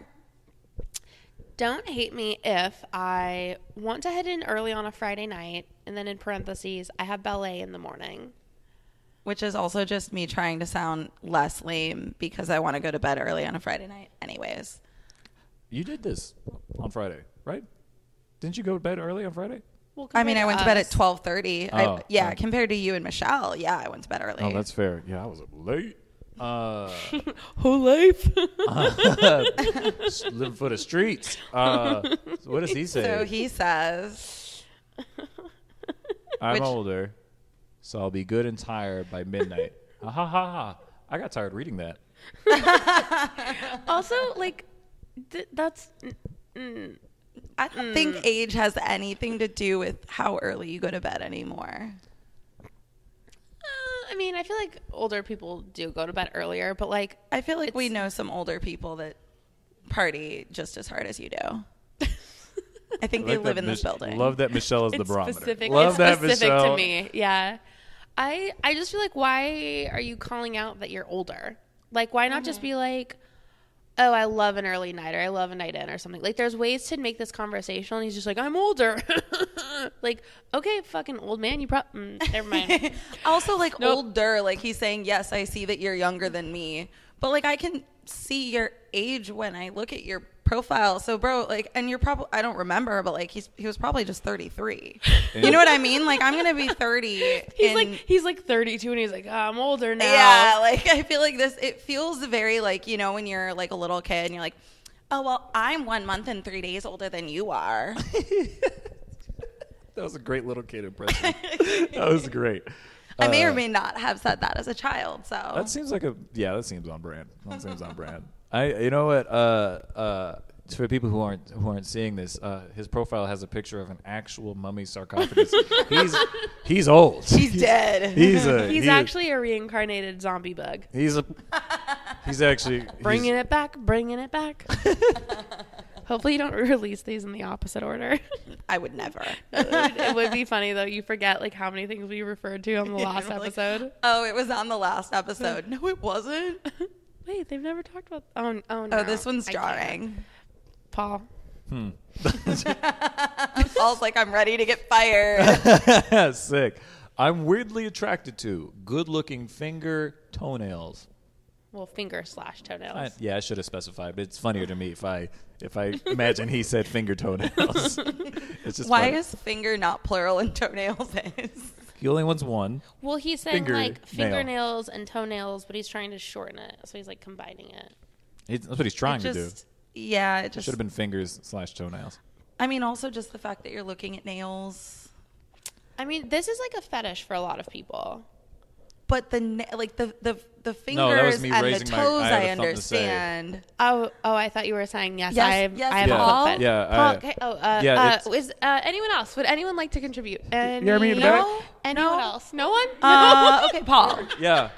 Speaker 3: Don't hate me if I want to head in early on a Friday night, and then in parentheses, I have ballet in the morning.
Speaker 1: Which is also just me trying to sound less lame because I want to go to bed early on a Friday night, anyways.
Speaker 2: You did this on Friday, right? Didn't you go to bed early on Friday?
Speaker 3: Well,
Speaker 1: I mean,
Speaker 3: compared
Speaker 1: I went to bed
Speaker 3: us-
Speaker 1: at twelve thirty.
Speaker 2: Oh,
Speaker 1: yeah,
Speaker 2: okay.
Speaker 1: compared to you and Michelle, yeah, I went to bed early.
Speaker 2: Oh, that's fair. Yeah, I was up late.
Speaker 1: [laughs]
Speaker 2: Uh, [laughs]
Speaker 4: Whole life. [laughs]
Speaker 2: s- living for the streets. Uh, so what does he say?
Speaker 1: so he says,
Speaker 2: I'm
Speaker 1: which-
Speaker 2: older, so I'll be good and tired by midnight. Ah, ha ha ha ha. I got tired reading that.
Speaker 3: Also, like, th- that's mm, mm,
Speaker 1: I don't think age has anything to do with how early you go to bed anymore.
Speaker 3: Uh, I mean, I feel like older people do go to bed earlier, but like,
Speaker 1: I feel like we
Speaker 3: It's-
Speaker 1: know some older people that party just as hard as you do. [laughs] I think they
Speaker 2: Like that
Speaker 1: live in this
Speaker 2: Mich-
Speaker 1: building.
Speaker 2: Love that Michelle is the
Speaker 5: It's
Speaker 2: barometer.
Speaker 5: specific-
Speaker 2: Love
Speaker 3: it's
Speaker 2: that
Speaker 3: specific
Speaker 2: Michelle.
Speaker 3: to me. Yeah. I I just feel like why are you calling out that you're older? Like why not just be like, "Oh, I love an early night or I love a night in or something." Like there's ways to make this conversational and he's just like, "I'm older." [laughs] like, "Okay, fucking old man, you probably mm, never mind."
Speaker 1: [laughs]
Speaker 3: [laughs]
Speaker 1: also, like older, like he's saying, yes, I see that you're younger than me, but like I can see your age when I look at your profile. So, bro, like, and you're probably I don't remember, but like he's he was probably just [laughs] 33. you know what I mean? Like I'm gonna be [laughs] 30.
Speaker 3: he's
Speaker 1: in-
Speaker 3: like he's like 32 and he's like, oh, "I'm older
Speaker 1: [laughs]
Speaker 3: now."
Speaker 1: Yeah, like I feel like this. It feels very like you know when you're like a little kid and you're like, oh well, I'm one month and three days older than you are.
Speaker 2: That was a great little kid
Speaker 3: [laughs]
Speaker 2: impression. that was great.
Speaker 1: [laughs] I may
Speaker 2: Uh,
Speaker 1: or may not have said that as a child. So
Speaker 3: Oh.
Speaker 2: That seems like a yeah. That seems on brand. That seems on brand. I you know what uh uh for people who aren't who aren't seeing this uh his profile has a picture of an actual mummy sarcophagus. he's he's old.
Speaker 1: he's, dead.
Speaker 2: He's a
Speaker 3: He's
Speaker 2: he-
Speaker 3: actually a reincarnated zombie bug.
Speaker 2: he's a he's actually
Speaker 3: [laughs] Bringing
Speaker 2: he's-
Speaker 3: it back, bringing it back. Hopefully, you don't [laughs] release these in the opposite order.
Speaker 1: I would [laughs] never.
Speaker 3: it, would, it [laughs] would be funny though. You forget like how many things we referred to on the last
Speaker 1: Like,
Speaker 3: [gasps] episode.
Speaker 1: oh, it was on the last episode. [laughs] No, it wasn't.
Speaker 3: Wait, they've never talked about. Oh, n- oh no.
Speaker 1: Oh, this one's
Speaker 3: I can't.
Speaker 1: jarring.
Speaker 3: Paul.
Speaker 2: [laughs]
Speaker 1: [laughs] Paul's like, I'm ready to get fired.
Speaker 2: sick. I'm weirdly attracted to good-looking finger toenails.
Speaker 3: Well, finger slash
Speaker 2: I,
Speaker 3: toenails.
Speaker 2: yeah, I should have specified, but it's funnier to me if I if I imagine he said finger [laughs] toenails. it's just
Speaker 1: Why
Speaker 2: funny.
Speaker 1: is finger not plural and toenails [laughs] is?
Speaker 2: he only wants one?
Speaker 3: Well, he said
Speaker 2: Finger
Speaker 3: like
Speaker 2: nail.
Speaker 3: fingernails and toenails, but he's trying to shorten it, so he's like combining it.
Speaker 2: He's, that's what he's trying to do.
Speaker 1: Just yeah, it just.
Speaker 2: Should have been fingers slash toenails.
Speaker 1: I mean, also just the fact that you're looking at nails.
Speaker 3: I mean, this is like a fetish for a lot of people.
Speaker 1: But the na- like the the the
Speaker 2: No, that was
Speaker 1: fingers
Speaker 2: me
Speaker 1: and the
Speaker 2: raising my-
Speaker 1: toes,
Speaker 2: I
Speaker 1: I,
Speaker 2: had a thumb to say. [laughs]
Speaker 1: understand.
Speaker 3: Oh, oh! I thought you were saying yes.
Speaker 1: Yes,
Speaker 3: I have,
Speaker 1: yes,
Speaker 3: I have
Speaker 2: Yeah.
Speaker 3: a
Speaker 2: Paul.
Speaker 3: fetish.
Speaker 2: Yeah, I-
Speaker 3: Paul. okay. Oh, uh,
Speaker 2: Yeah, it's-
Speaker 3: uh, is uh, anyone else? Would anyone like to contribute? Any,
Speaker 2: hear me in the back?
Speaker 3: no. Anyone else? [laughs] No one.
Speaker 1: Uh, okay, Paul.
Speaker 2: Yeah.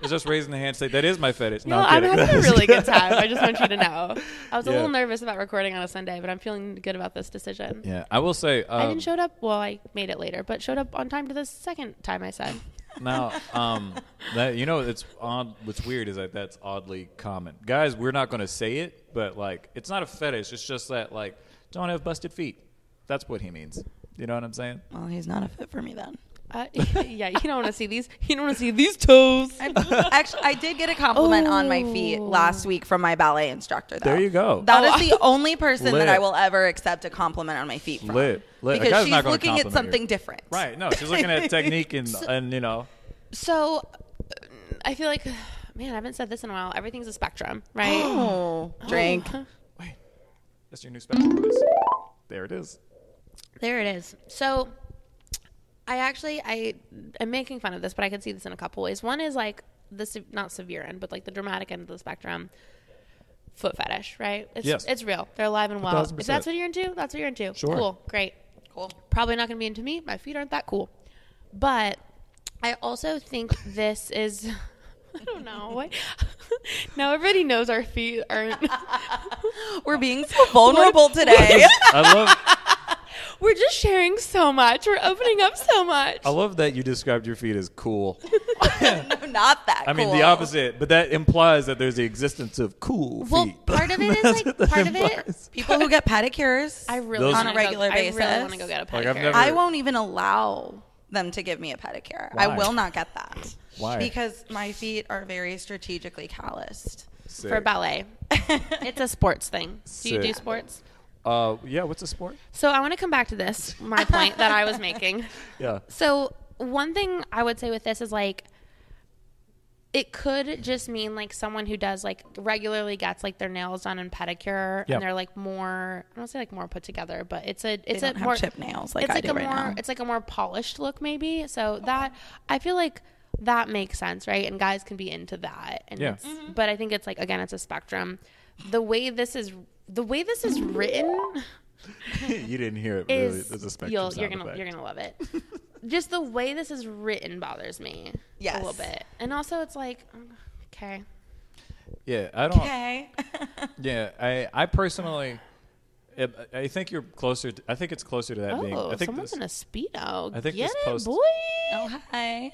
Speaker 2: It's just raising the hand say, that is my fetish. No,
Speaker 3: No,
Speaker 2: I'm
Speaker 3: I'm
Speaker 2: kidding.
Speaker 3: having a
Speaker 2: [laughs]
Speaker 3: really good time. I just want you to know. I was a
Speaker 2: Yeah.
Speaker 3: little nervous about recording on a Sunday, but I'm feeling good about this decision.
Speaker 2: yeah, I will say. Um,
Speaker 3: I didn't show up. Well, I made it later, but showed up on time to the second time I said.
Speaker 2: Now, um, that, you know, it's odd. What's weird is that that's oddly common. Guys, we're not going to say it, but like, it's not a fetish. It's just that like, don't have busted feet. That's what he means. You know what I'm saying?
Speaker 1: Well, he's not a fit for me then.
Speaker 3: Uh, [laughs] yeah, you don't want to see these. You don't want to see these toes.
Speaker 1: Actually, I did get a compliment on my feet last week from my ballet instructor. Though.
Speaker 2: There you go.
Speaker 1: That is [laughs] the only person that I
Speaker 2: Lit.
Speaker 1: will ever accept a compliment on my feet from.
Speaker 2: Lit. Lit. A
Speaker 1: Because
Speaker 2: guy's
Speaker 1: she's
Speaker 2: not gonna
Speaker 1: looking at
Speaker 2: compliment you.
Speaker 1: something different.
Speaker 2: Right. No, she's looking
Speaker 3: [laughs]
Speaker 2: at technique and and you know.
Speaker 3: So, uh, I feel like, man, I haven't said this in a while. Everything's a spectrum, right?
Speaker 2: [gasps]
Speaker 1: Oh,
Speaker 3: [laughs]
Speaker 1: drink.
Speaker 2: Wait, that's your new special voice. There it is.
Speaker 3: There it is. So I actually I am making fun of this, but I can see this in a couple ways. One is like the se- not severe end, but like the dramatic end of the spectrum. Foot fetish, right? It's
Speaker 2: Yes.
Speaker 3: it's real. They're alive and well.
Speaker 2: thousand
Speaker 3: If
Speaker 2: percent.
Speaker 3: that's what you're into, that's what you're into.
Speaker 2: Sure.
Speaker 3: Cool. Great.
Speaker 1: Cool.
Speaker 3: Probably not going to be into me. My feet aren't that cool. [laughs] But I also think this is I don't know. I-
Speaker 5: now everybody knows our feet aren't.
Speaker 3: [laughs]
Speaker 1: We're being so vulnerable today.
Speaker 2: I love
Speaker 5: We're just sharing so much. We're opening up so much.
Speaker 2: I love that you described your feet as cool.
Speaker 1: [laughs] No, not that.
Speaker 2: I mean
Speaker 1: cool.
Speaker 2: the opposite, but that implies that there's the existence of cool
Speaker 3: Well,
Speaker 2: feet. [laughs]
Speaker 3: part of it is
Speaker 2: That's
Speaker 3: like
Speaker 2: what that
Speaker 3: part of it.
Speaker 2: implies.
Speaker 1: People who get pedicures.
Speaker 3: I
Speaker 1: I,
Speaker 3: really
Speaker 2: Those-
Speaker 3: wanna
Speaker 2: On a
Speaker 3: go-
Speaker 1: regular
Speaker 3: I really
Speaker 1: basis.
Speaker 3: want to go get a pedicure.
Speaker 2: Like, I've never-
Speaker 1: won't even allow them to give me a pedicure.
Speaker 2: Why?
Speaker 1: I will not get that.
Speaker 2: Why?
Speaker 1: Because my feet are very strategically [laughs] calloused.
Speaker 2: Sick.
Speaker 3: for ballet. it's a sports thing. Do you do
Speaker 2: Sick.
Speaker 3: sports?
Speaker 2: Uh, yeah, what's a sport?
Speaker 3: So I want to come back to this, my point that I was making.
Speaker 2: Yeah. [laughs]
Speaker 3: So one thing I would say with this is like it could just mean like someone who does like regularly gets like their nails done and pedicure
Speaker 2: Yeah.
Speaker 3: and they're like more I don't say like more put together, but it's a
Speaker 1: They
Speaker 3: it's
Speaker 1: don't
Speaker 3: a
Speaker 1: have
Speaker 3: more
Speaker 1: chip nails like
Speaker 3: it's
Speaker 1: I
Speaker 3: like
Speaker 1: do
Speaker 3: a
Speaker 1: right
Speaker 3: more
Speaker 1: now.
Speaker 3: it's like a more polished look maybe. So that I feel like that makes sense, right? And guys can be into that. And
Speaker 2: Yeah.
Speaker 3: it's- but I think it's like again it's a spectrum. The way this is the way this is written
Speaker 2: you didn't hear it really.
Speaker 3: is
Speaker 2: There's a spectrum
Speaker 3: you'll,
Speaker 2: sound
Speaker 3: you're gonna
Speaker 2: effect.
Speaker 3: you're gonna love [laughs] it. Just the way this is written bothers me
Speaker 1: Yes.
Speaker 3: a little bit, and also it's like, okay,
Speaker 2: Yeah, I don't.
Speaker 1: Okay. [laughs]
Speaker 2: Yeah, I, I personally, I I think you're closer. To, I think it's closer to that
Speaker 3: oh,
Speaker 2: being. I think
Speaker 3: someone's
Speaker 2: this-
Speaker 3: in a speedo.
Speaker 2: I think
Speaker 3: Get
Speaker 2: this
Speaker 3: it,
Speaker 2: post-
Speaker 3: boy.
Speaker 1: oh, hi.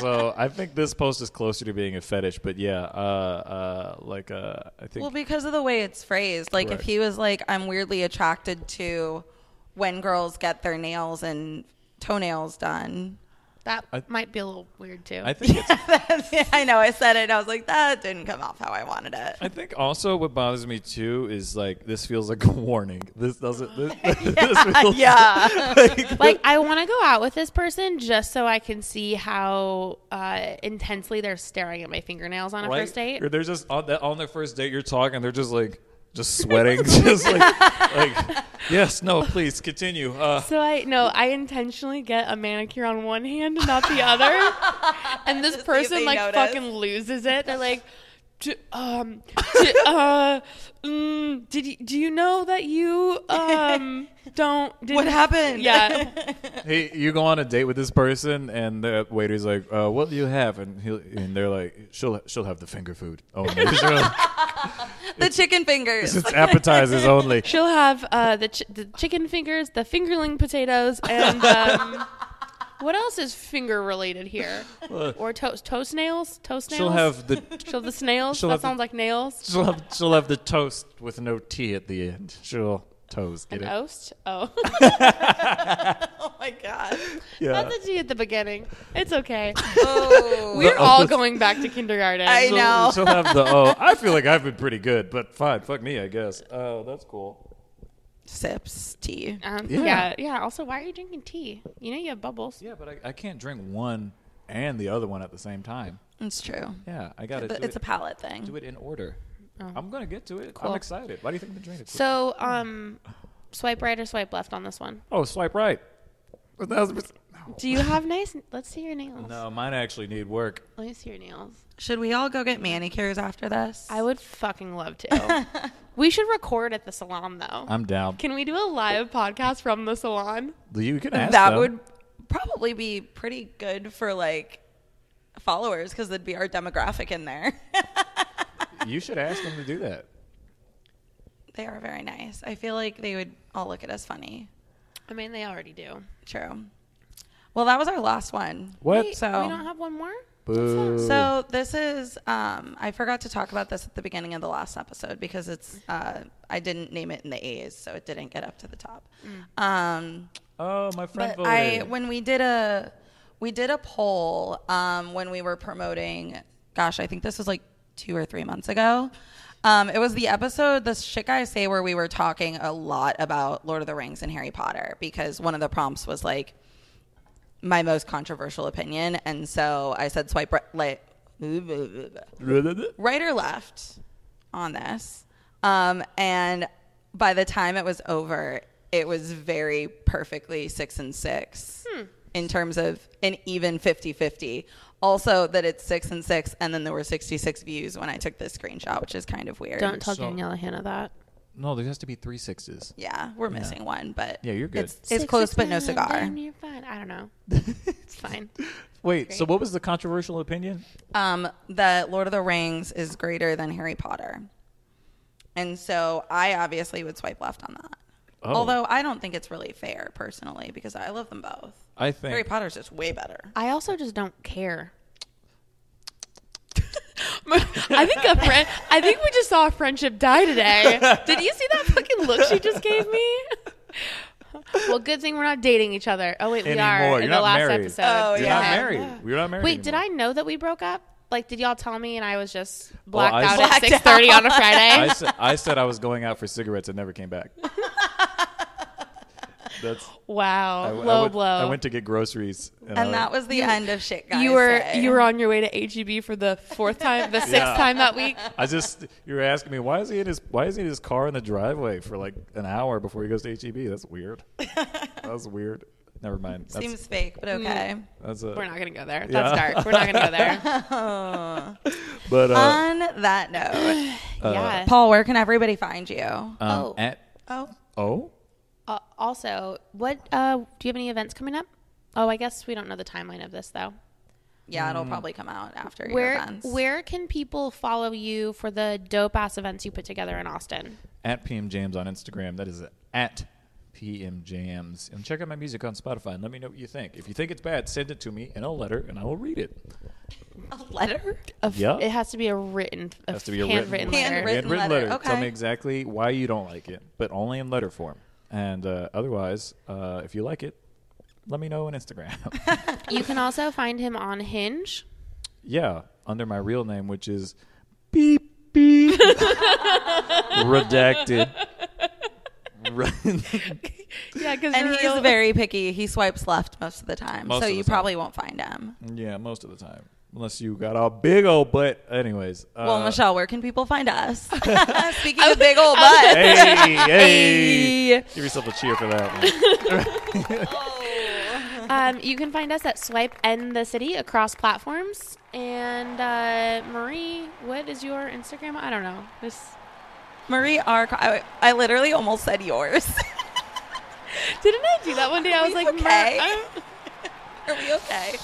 Speaker 2: so I think this post is closer to being a fetish. But yeah, uh, uh, like uh, I think
Speaker 1: Well, because of the way it's phrased, like
Speaker 2: Correct.
Speaker 1: if he was like, "I'm weirdly attracted to when girls get their nails and toenails done." [laughs]
Speaker 3: That
Speaker 2: I-
Speaker 3: might be a little weird too.
Speaker 2: I think it's,
Speaker 1: I know I said it. and I was like, that didn't come off how I wanted it.
Speaker 2: I think also what bothers me too is like this feels like a [laughs] warning. This doesn't. This, [laughs] this
Speaker 1: [laughs]
Speaker 2: feels
Speaker 1: yeah,
Speaker 2: like,
Speaker 3: like I want to go out with this person just so I can see how uh, intensely they're staring at my fingernails on a
Speaker 2: right?
Speaker 3: first date.
Speaker 2: Or they're just on that on their first date. You're talking. They're just like just sweating. [laughs] just like like yes, no, please continue. Uh,
Speaker 5: So I no, I intentionally get a manicure on one hand, not the other, and
Speaker 3: [laughs]
Speaker 5: this
Speaker 1: [laughs] Just see if
Speaker 5: person
Speaker 1: they
Speaker 5: like
Speaker 1: notice.
Speaker 5: fucking loses it. They're like, D- um, d-
Speaker 1: [laughs]
Speaker 5: uh, mm, did you, do you know that you um
Speaker 1: [laughs]
Speaker 5: don't didn't,
Speaker 1: [laughs] what happened? [laughs]
Speaker 5: Yeah,
Speaker 2: Hey, you go on a date with this person, and the waiter's like, uh, "What do you have?" And he and they're like, "She'll she'll have the finger food only. She'll-
Speaker 1: the chicken fingers.
Speaker 2: it's appetizers only."
Speaker 5: she'll have uh the ch- the chicken fingers, the fingerling potatoes, and
Speaker 1: [laughs]
Speaker 5: um, what else is finger related here? Or toast toast nails, toast nails.
Speaker 2: She'll have the
Speaker 1: [laughs]
Speaker 5: She'll have the snails.
Speaker 2: she'll
Speaker 5: that
Speaker 2: have the-
Speaker 5: sounds like nails.
Speaker 2: she'll have she'll have the toast with no T at the end. She'll toast. Get
Speaker 5: An
Speaker 2: it?
Speaker 5: oast.
Speaker 2: [laughs]
Speaker 5: Oh. [laughs]
Speaker 1: [laughs] oh my god.
Speaker 2: Yeah.
Speaker 5: Not the G at the beginning. It's okay.
Speaker 1: Oh,
Speaker 5: We're all
Speaker 2: oast.
Speaker 5: going back to kindergarten.
Speaker 1: I
Speaker 2: She'll-
Speaker 1: know.
Speaker 2: She'll
Speaker 1: [laughs]
Speaker 2: have the oh. I feel like I've been pretty good, but fine. Fuck me, I guess. Oh, that's cool.
Speaker 1: Sips tea.
Speaker 3: Um,
Speaker 2: Yeah.
Speaker 3: yeah. yeah, Also, why are you drinking tea? You know you have bubbles.
Speaker 2: Yeah, but I, I can't drink one and the other one at the same time.
Speaker 1: It's true.
Speaker 2: Yeah, I gotta.
Speaker 1: But
Speaker 2: do
Speaker 1: it's a Oh.
Speaker 2: it,
Speaker 1: palate thing.
Speaker 2: do it in order. I'm gonna get to it. I'm excited. Why do you think I've been drinking?
Speaker 3: So, um, swipe right or swipe left on this one.
Speaker 2: Oh, swipe right. A thousand percent.
Speaker 3: Do you have nice? Let's see your nails.
Speaker 2: No, mine actually need work.
Speaker 3: Let me see your nails.
Speaker 1: Should we all go get manicures after this?
Speaker 3: I would fucking love [laughs] to. we should record at the salon though.
Speaker 2: I'm down.
Speaker 5: Can we do a live podcast from the salon?
Speaker 2: you can ask
Speaker 1: that
Speaker 2: them.
Speaker 1: would probably be pretty good for like followers because that'd be our demographic in there. [laughs]
Speaker 2: You should ask them to do that.
Speaker 1: they are very nice. I feel like they would all look at us funny.
Speaker 3: I mean, they already do.
Speaker 1: True. Well, that was our last one.
Speaker 2: What?
Speaker 3: Wait,
Speaker 1: So-
Speaker 3: we don't have one more.
Speaker 2: Boo.
Speaker 1: So this is um, I forgot to talk about this at the beginning of the last episode because it's uh, I didn't name it in the A's, so it didn't get up to the top. Um,
Speaker 2: oh, my friend
Speaker 1: but I
Speaker 2: voted.
Speaker 1: when we did a we did a poll um, when we were promoting. Gosh, I think this was like two or three months ago. Um, it was the episode the shit guys say where we were talking a lot about Lord of the Rings and Harry Potter because one of the prompts was like my most controversial opinion, and so I said swipe right, like right or left on this. Um, and by the time it was over, it was very perfectly six and six in terms of an even 50 50. Also, that it's six and six, and then there were 66 views when I took this screenshot, which is kind of weird.
Speaker 3: Don't tell
Speaker 2: So-
Speaker 3: Daniela Hannah that.
Speaker 2: No, there has to be three sixes.
Speaker 1: Yeah, we're missing one, but
Speaker 2: Yeah, you're good.
Speaker 1: It's, it's close, but no cigar.
Speaker 3: You're fine. I
Speaker 2: [laughs]
Speaker 3: don't know. It's fine.
Speaker 2: Wait, so what was the controversial opinion?
Speaker 1: Um, that Lord of the Rings is greater than Harry Potter, and so I obviously would swipe left on that.
Speaker 2: Oh.
Speaker 1: Although I don't think it's really fair personally because I love them both.
Speaker 2: I think
Speaker 1: Harry Potter's just way better.
Speaker 2: Uh,
Speaker 3: I also just don't care.
Speaker 6: [laughs] I think a friend. I think we just saw a friendship die today. Did you see that fucking look she just gave me?
Speaker 3: [laughs] Well, good thing we're not dating each other. Oh wait, we are
Speaker 2: Anymore.
Speaker 3: in
Speaker 2: You're
Speaker 3: the
Speaker 2: not
Speaker 3: last
Speaker 2: married.
Speaker 3: episode.
Speaker 1: Oh,
Speaker 2: You're
Speaker 1: yeah.
Speaker 2: not married. You're not married.
Speaker 3: Wait, did
Speaker 2: anymore.
Speaker 3: I know that we broke up? Like, did y'all tell me and I was just blacked
Speaker 2: I
Speaker 3: out
Speaker 2: see.
Speaker 3: at six thirty on a Friday?
Speaker 2: I said, I said I was going out for cigarettes and never came back. That's
Speaker 3: [laughs] wow,
Speaker 2: I, I
Speaker 3: low
Speaker 2: went,
Speaker 3: blow.
Speaker 2: I went to get groceries, and, I
Speaker 1: And that was the end of shit, guys.
Speaker 6: you were
Speaker 1: say.
Speaker 6: you were on your way to HEB for the fourth time,
Speaker 2: [laughs]
Speaker 6: the sixth
Speaker 2: Yeah.
Speaker 6: time that week.
Speaker 2: I just you were asking me why is he in his why is he in his car in the driveway for like an hour before he goes to HEB? That's weird. that was weird. Never mind. That's,
Speaker 1: seems fake, but
Speaker 6: Mm.
Speaker 1: okay.
Speaker 2: [laughs] that's a,
Speaker 6: We're not gonna go there. That's
Speaker 2: Yeah.
Speaker 6: dark. We're not gonna go
Speaker 2: [laughs]
Speaker 6: there.
Speaker 2: But uh,
Speaker 1: on
Speaker 6: [laughs]
Speaker 1: that note,
Speaker 3: yeah.
Speaker 1: Paul, where can everybody find you?
Speaker 2: um,
Speaker 3: oh.
Speaker 2: at
Speaker 1: Oh,
Speaker 2: oh
Speaker 3: Uh, also, what uh, do you have any events coming up? Oh, I guess we don't know the timeline of this though.
Speaker 1: yeah,
Speaker 2: mm.
Speaker 1: it'll probably come out after your
Speaker 3: Where
Speaker 1: events.
Speaker 3: where can people follow you for the dope ass events you put together in Austin?
Speaker 2: at PM Jams on Instagram. That is at PM Jams. And check out my music on Spotify and let me know what you think. If you think it's bad, send it to me in a letter and I will read it.
Speaker 1: a letter?
Speaker 3: Of-
Speaker 2: Yeah.
Speaker 3: it has to be a written, a
Speaker 2: has to be a
Speaker 3: handwritten
Speaker 2: written,
Speaker 3: letter.
Speaker 1: Handwritten. letter. Okay.
Speaker 2: Tell me exactly why you don't like it, but only in letter form. And uh, otherwise, uh, if you like it, let me know on
Speaker 1: [laughs]
Speaker 2: Instagram.
Speaker 3: You can also find him on Hinge.
Speaker 2: yeah, under my real name, which is beep
Speaker 1: [laughs]
Speaker 2: beep redacted. Re-
Speaker 6: yeah, because
Speaker 1: And he's
Speaker 3: [laughs]
Speaker 1: very picky. He swipes left most of the time,
Speaker 2: Most
Speaker 1: so
Speaker 2: of the
Speaker 1: you
Speaker 2: time.
Speaker 1: probably won't find him.
Speaker 2: yeah, most of the time, unless you got a big old butt. Anyways, uh,
Speaker 1: well, Michelle, where can people find
Speaker 2: [laughs]
Speaker 1: us? [laughs] Speaking of big old butt. [laughs]
Speaker 2: Hey, hey. Give yourself a cheer for that one.
Speaker 3: Um, you can find us at Swipe and the City across platforms. And uh, Marie, what is your Instagram? I don't know. This
Speaker 1: Marie R. I, I literally almost said yours. [laughs]
Speaker 3: didn't I do that one day? I was
Speaker 1: we
Speaker 3: like, Mar-
Speaker 1: okay?
Speaker 3: I'm-
Speaker 1: Are we okay?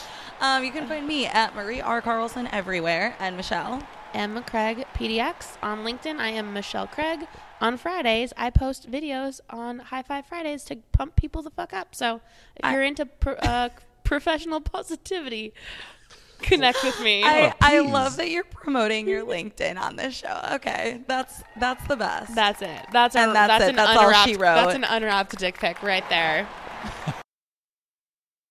Speaker 1: Um, you can find me at Marie R. Carlson everywhere. And Michelle,
Speaker 3: Emma Craig PDX on LinkedIn. I am Michelle Craig. On Fridays, I post videos on High Five Fridays to pump people the fuck up. So if
Speaker 1: I-
Speaker 3: you're into pro- uh, [laughs] professional positivity, connect with me.
Speaker 1: I,
Speaker 2: Oh,
Speaker 1: I
Speaker 2: please.
Speaker 1: love that you're promoting your LinkedIn on this show. Okay, that's that's the best.
Speaker 6: That's it. That's
Speaker 1: And
Speaker 6: our,
Speaker 1: that's
Speaker 6: that's,
Speaker 1: it.
Speaker 6: an
Speaker 1: That's all
Speaker 6: unwrapped,
Speaker 1: she wrote.
Speaker 6: That's an unwrapped dick pic right there.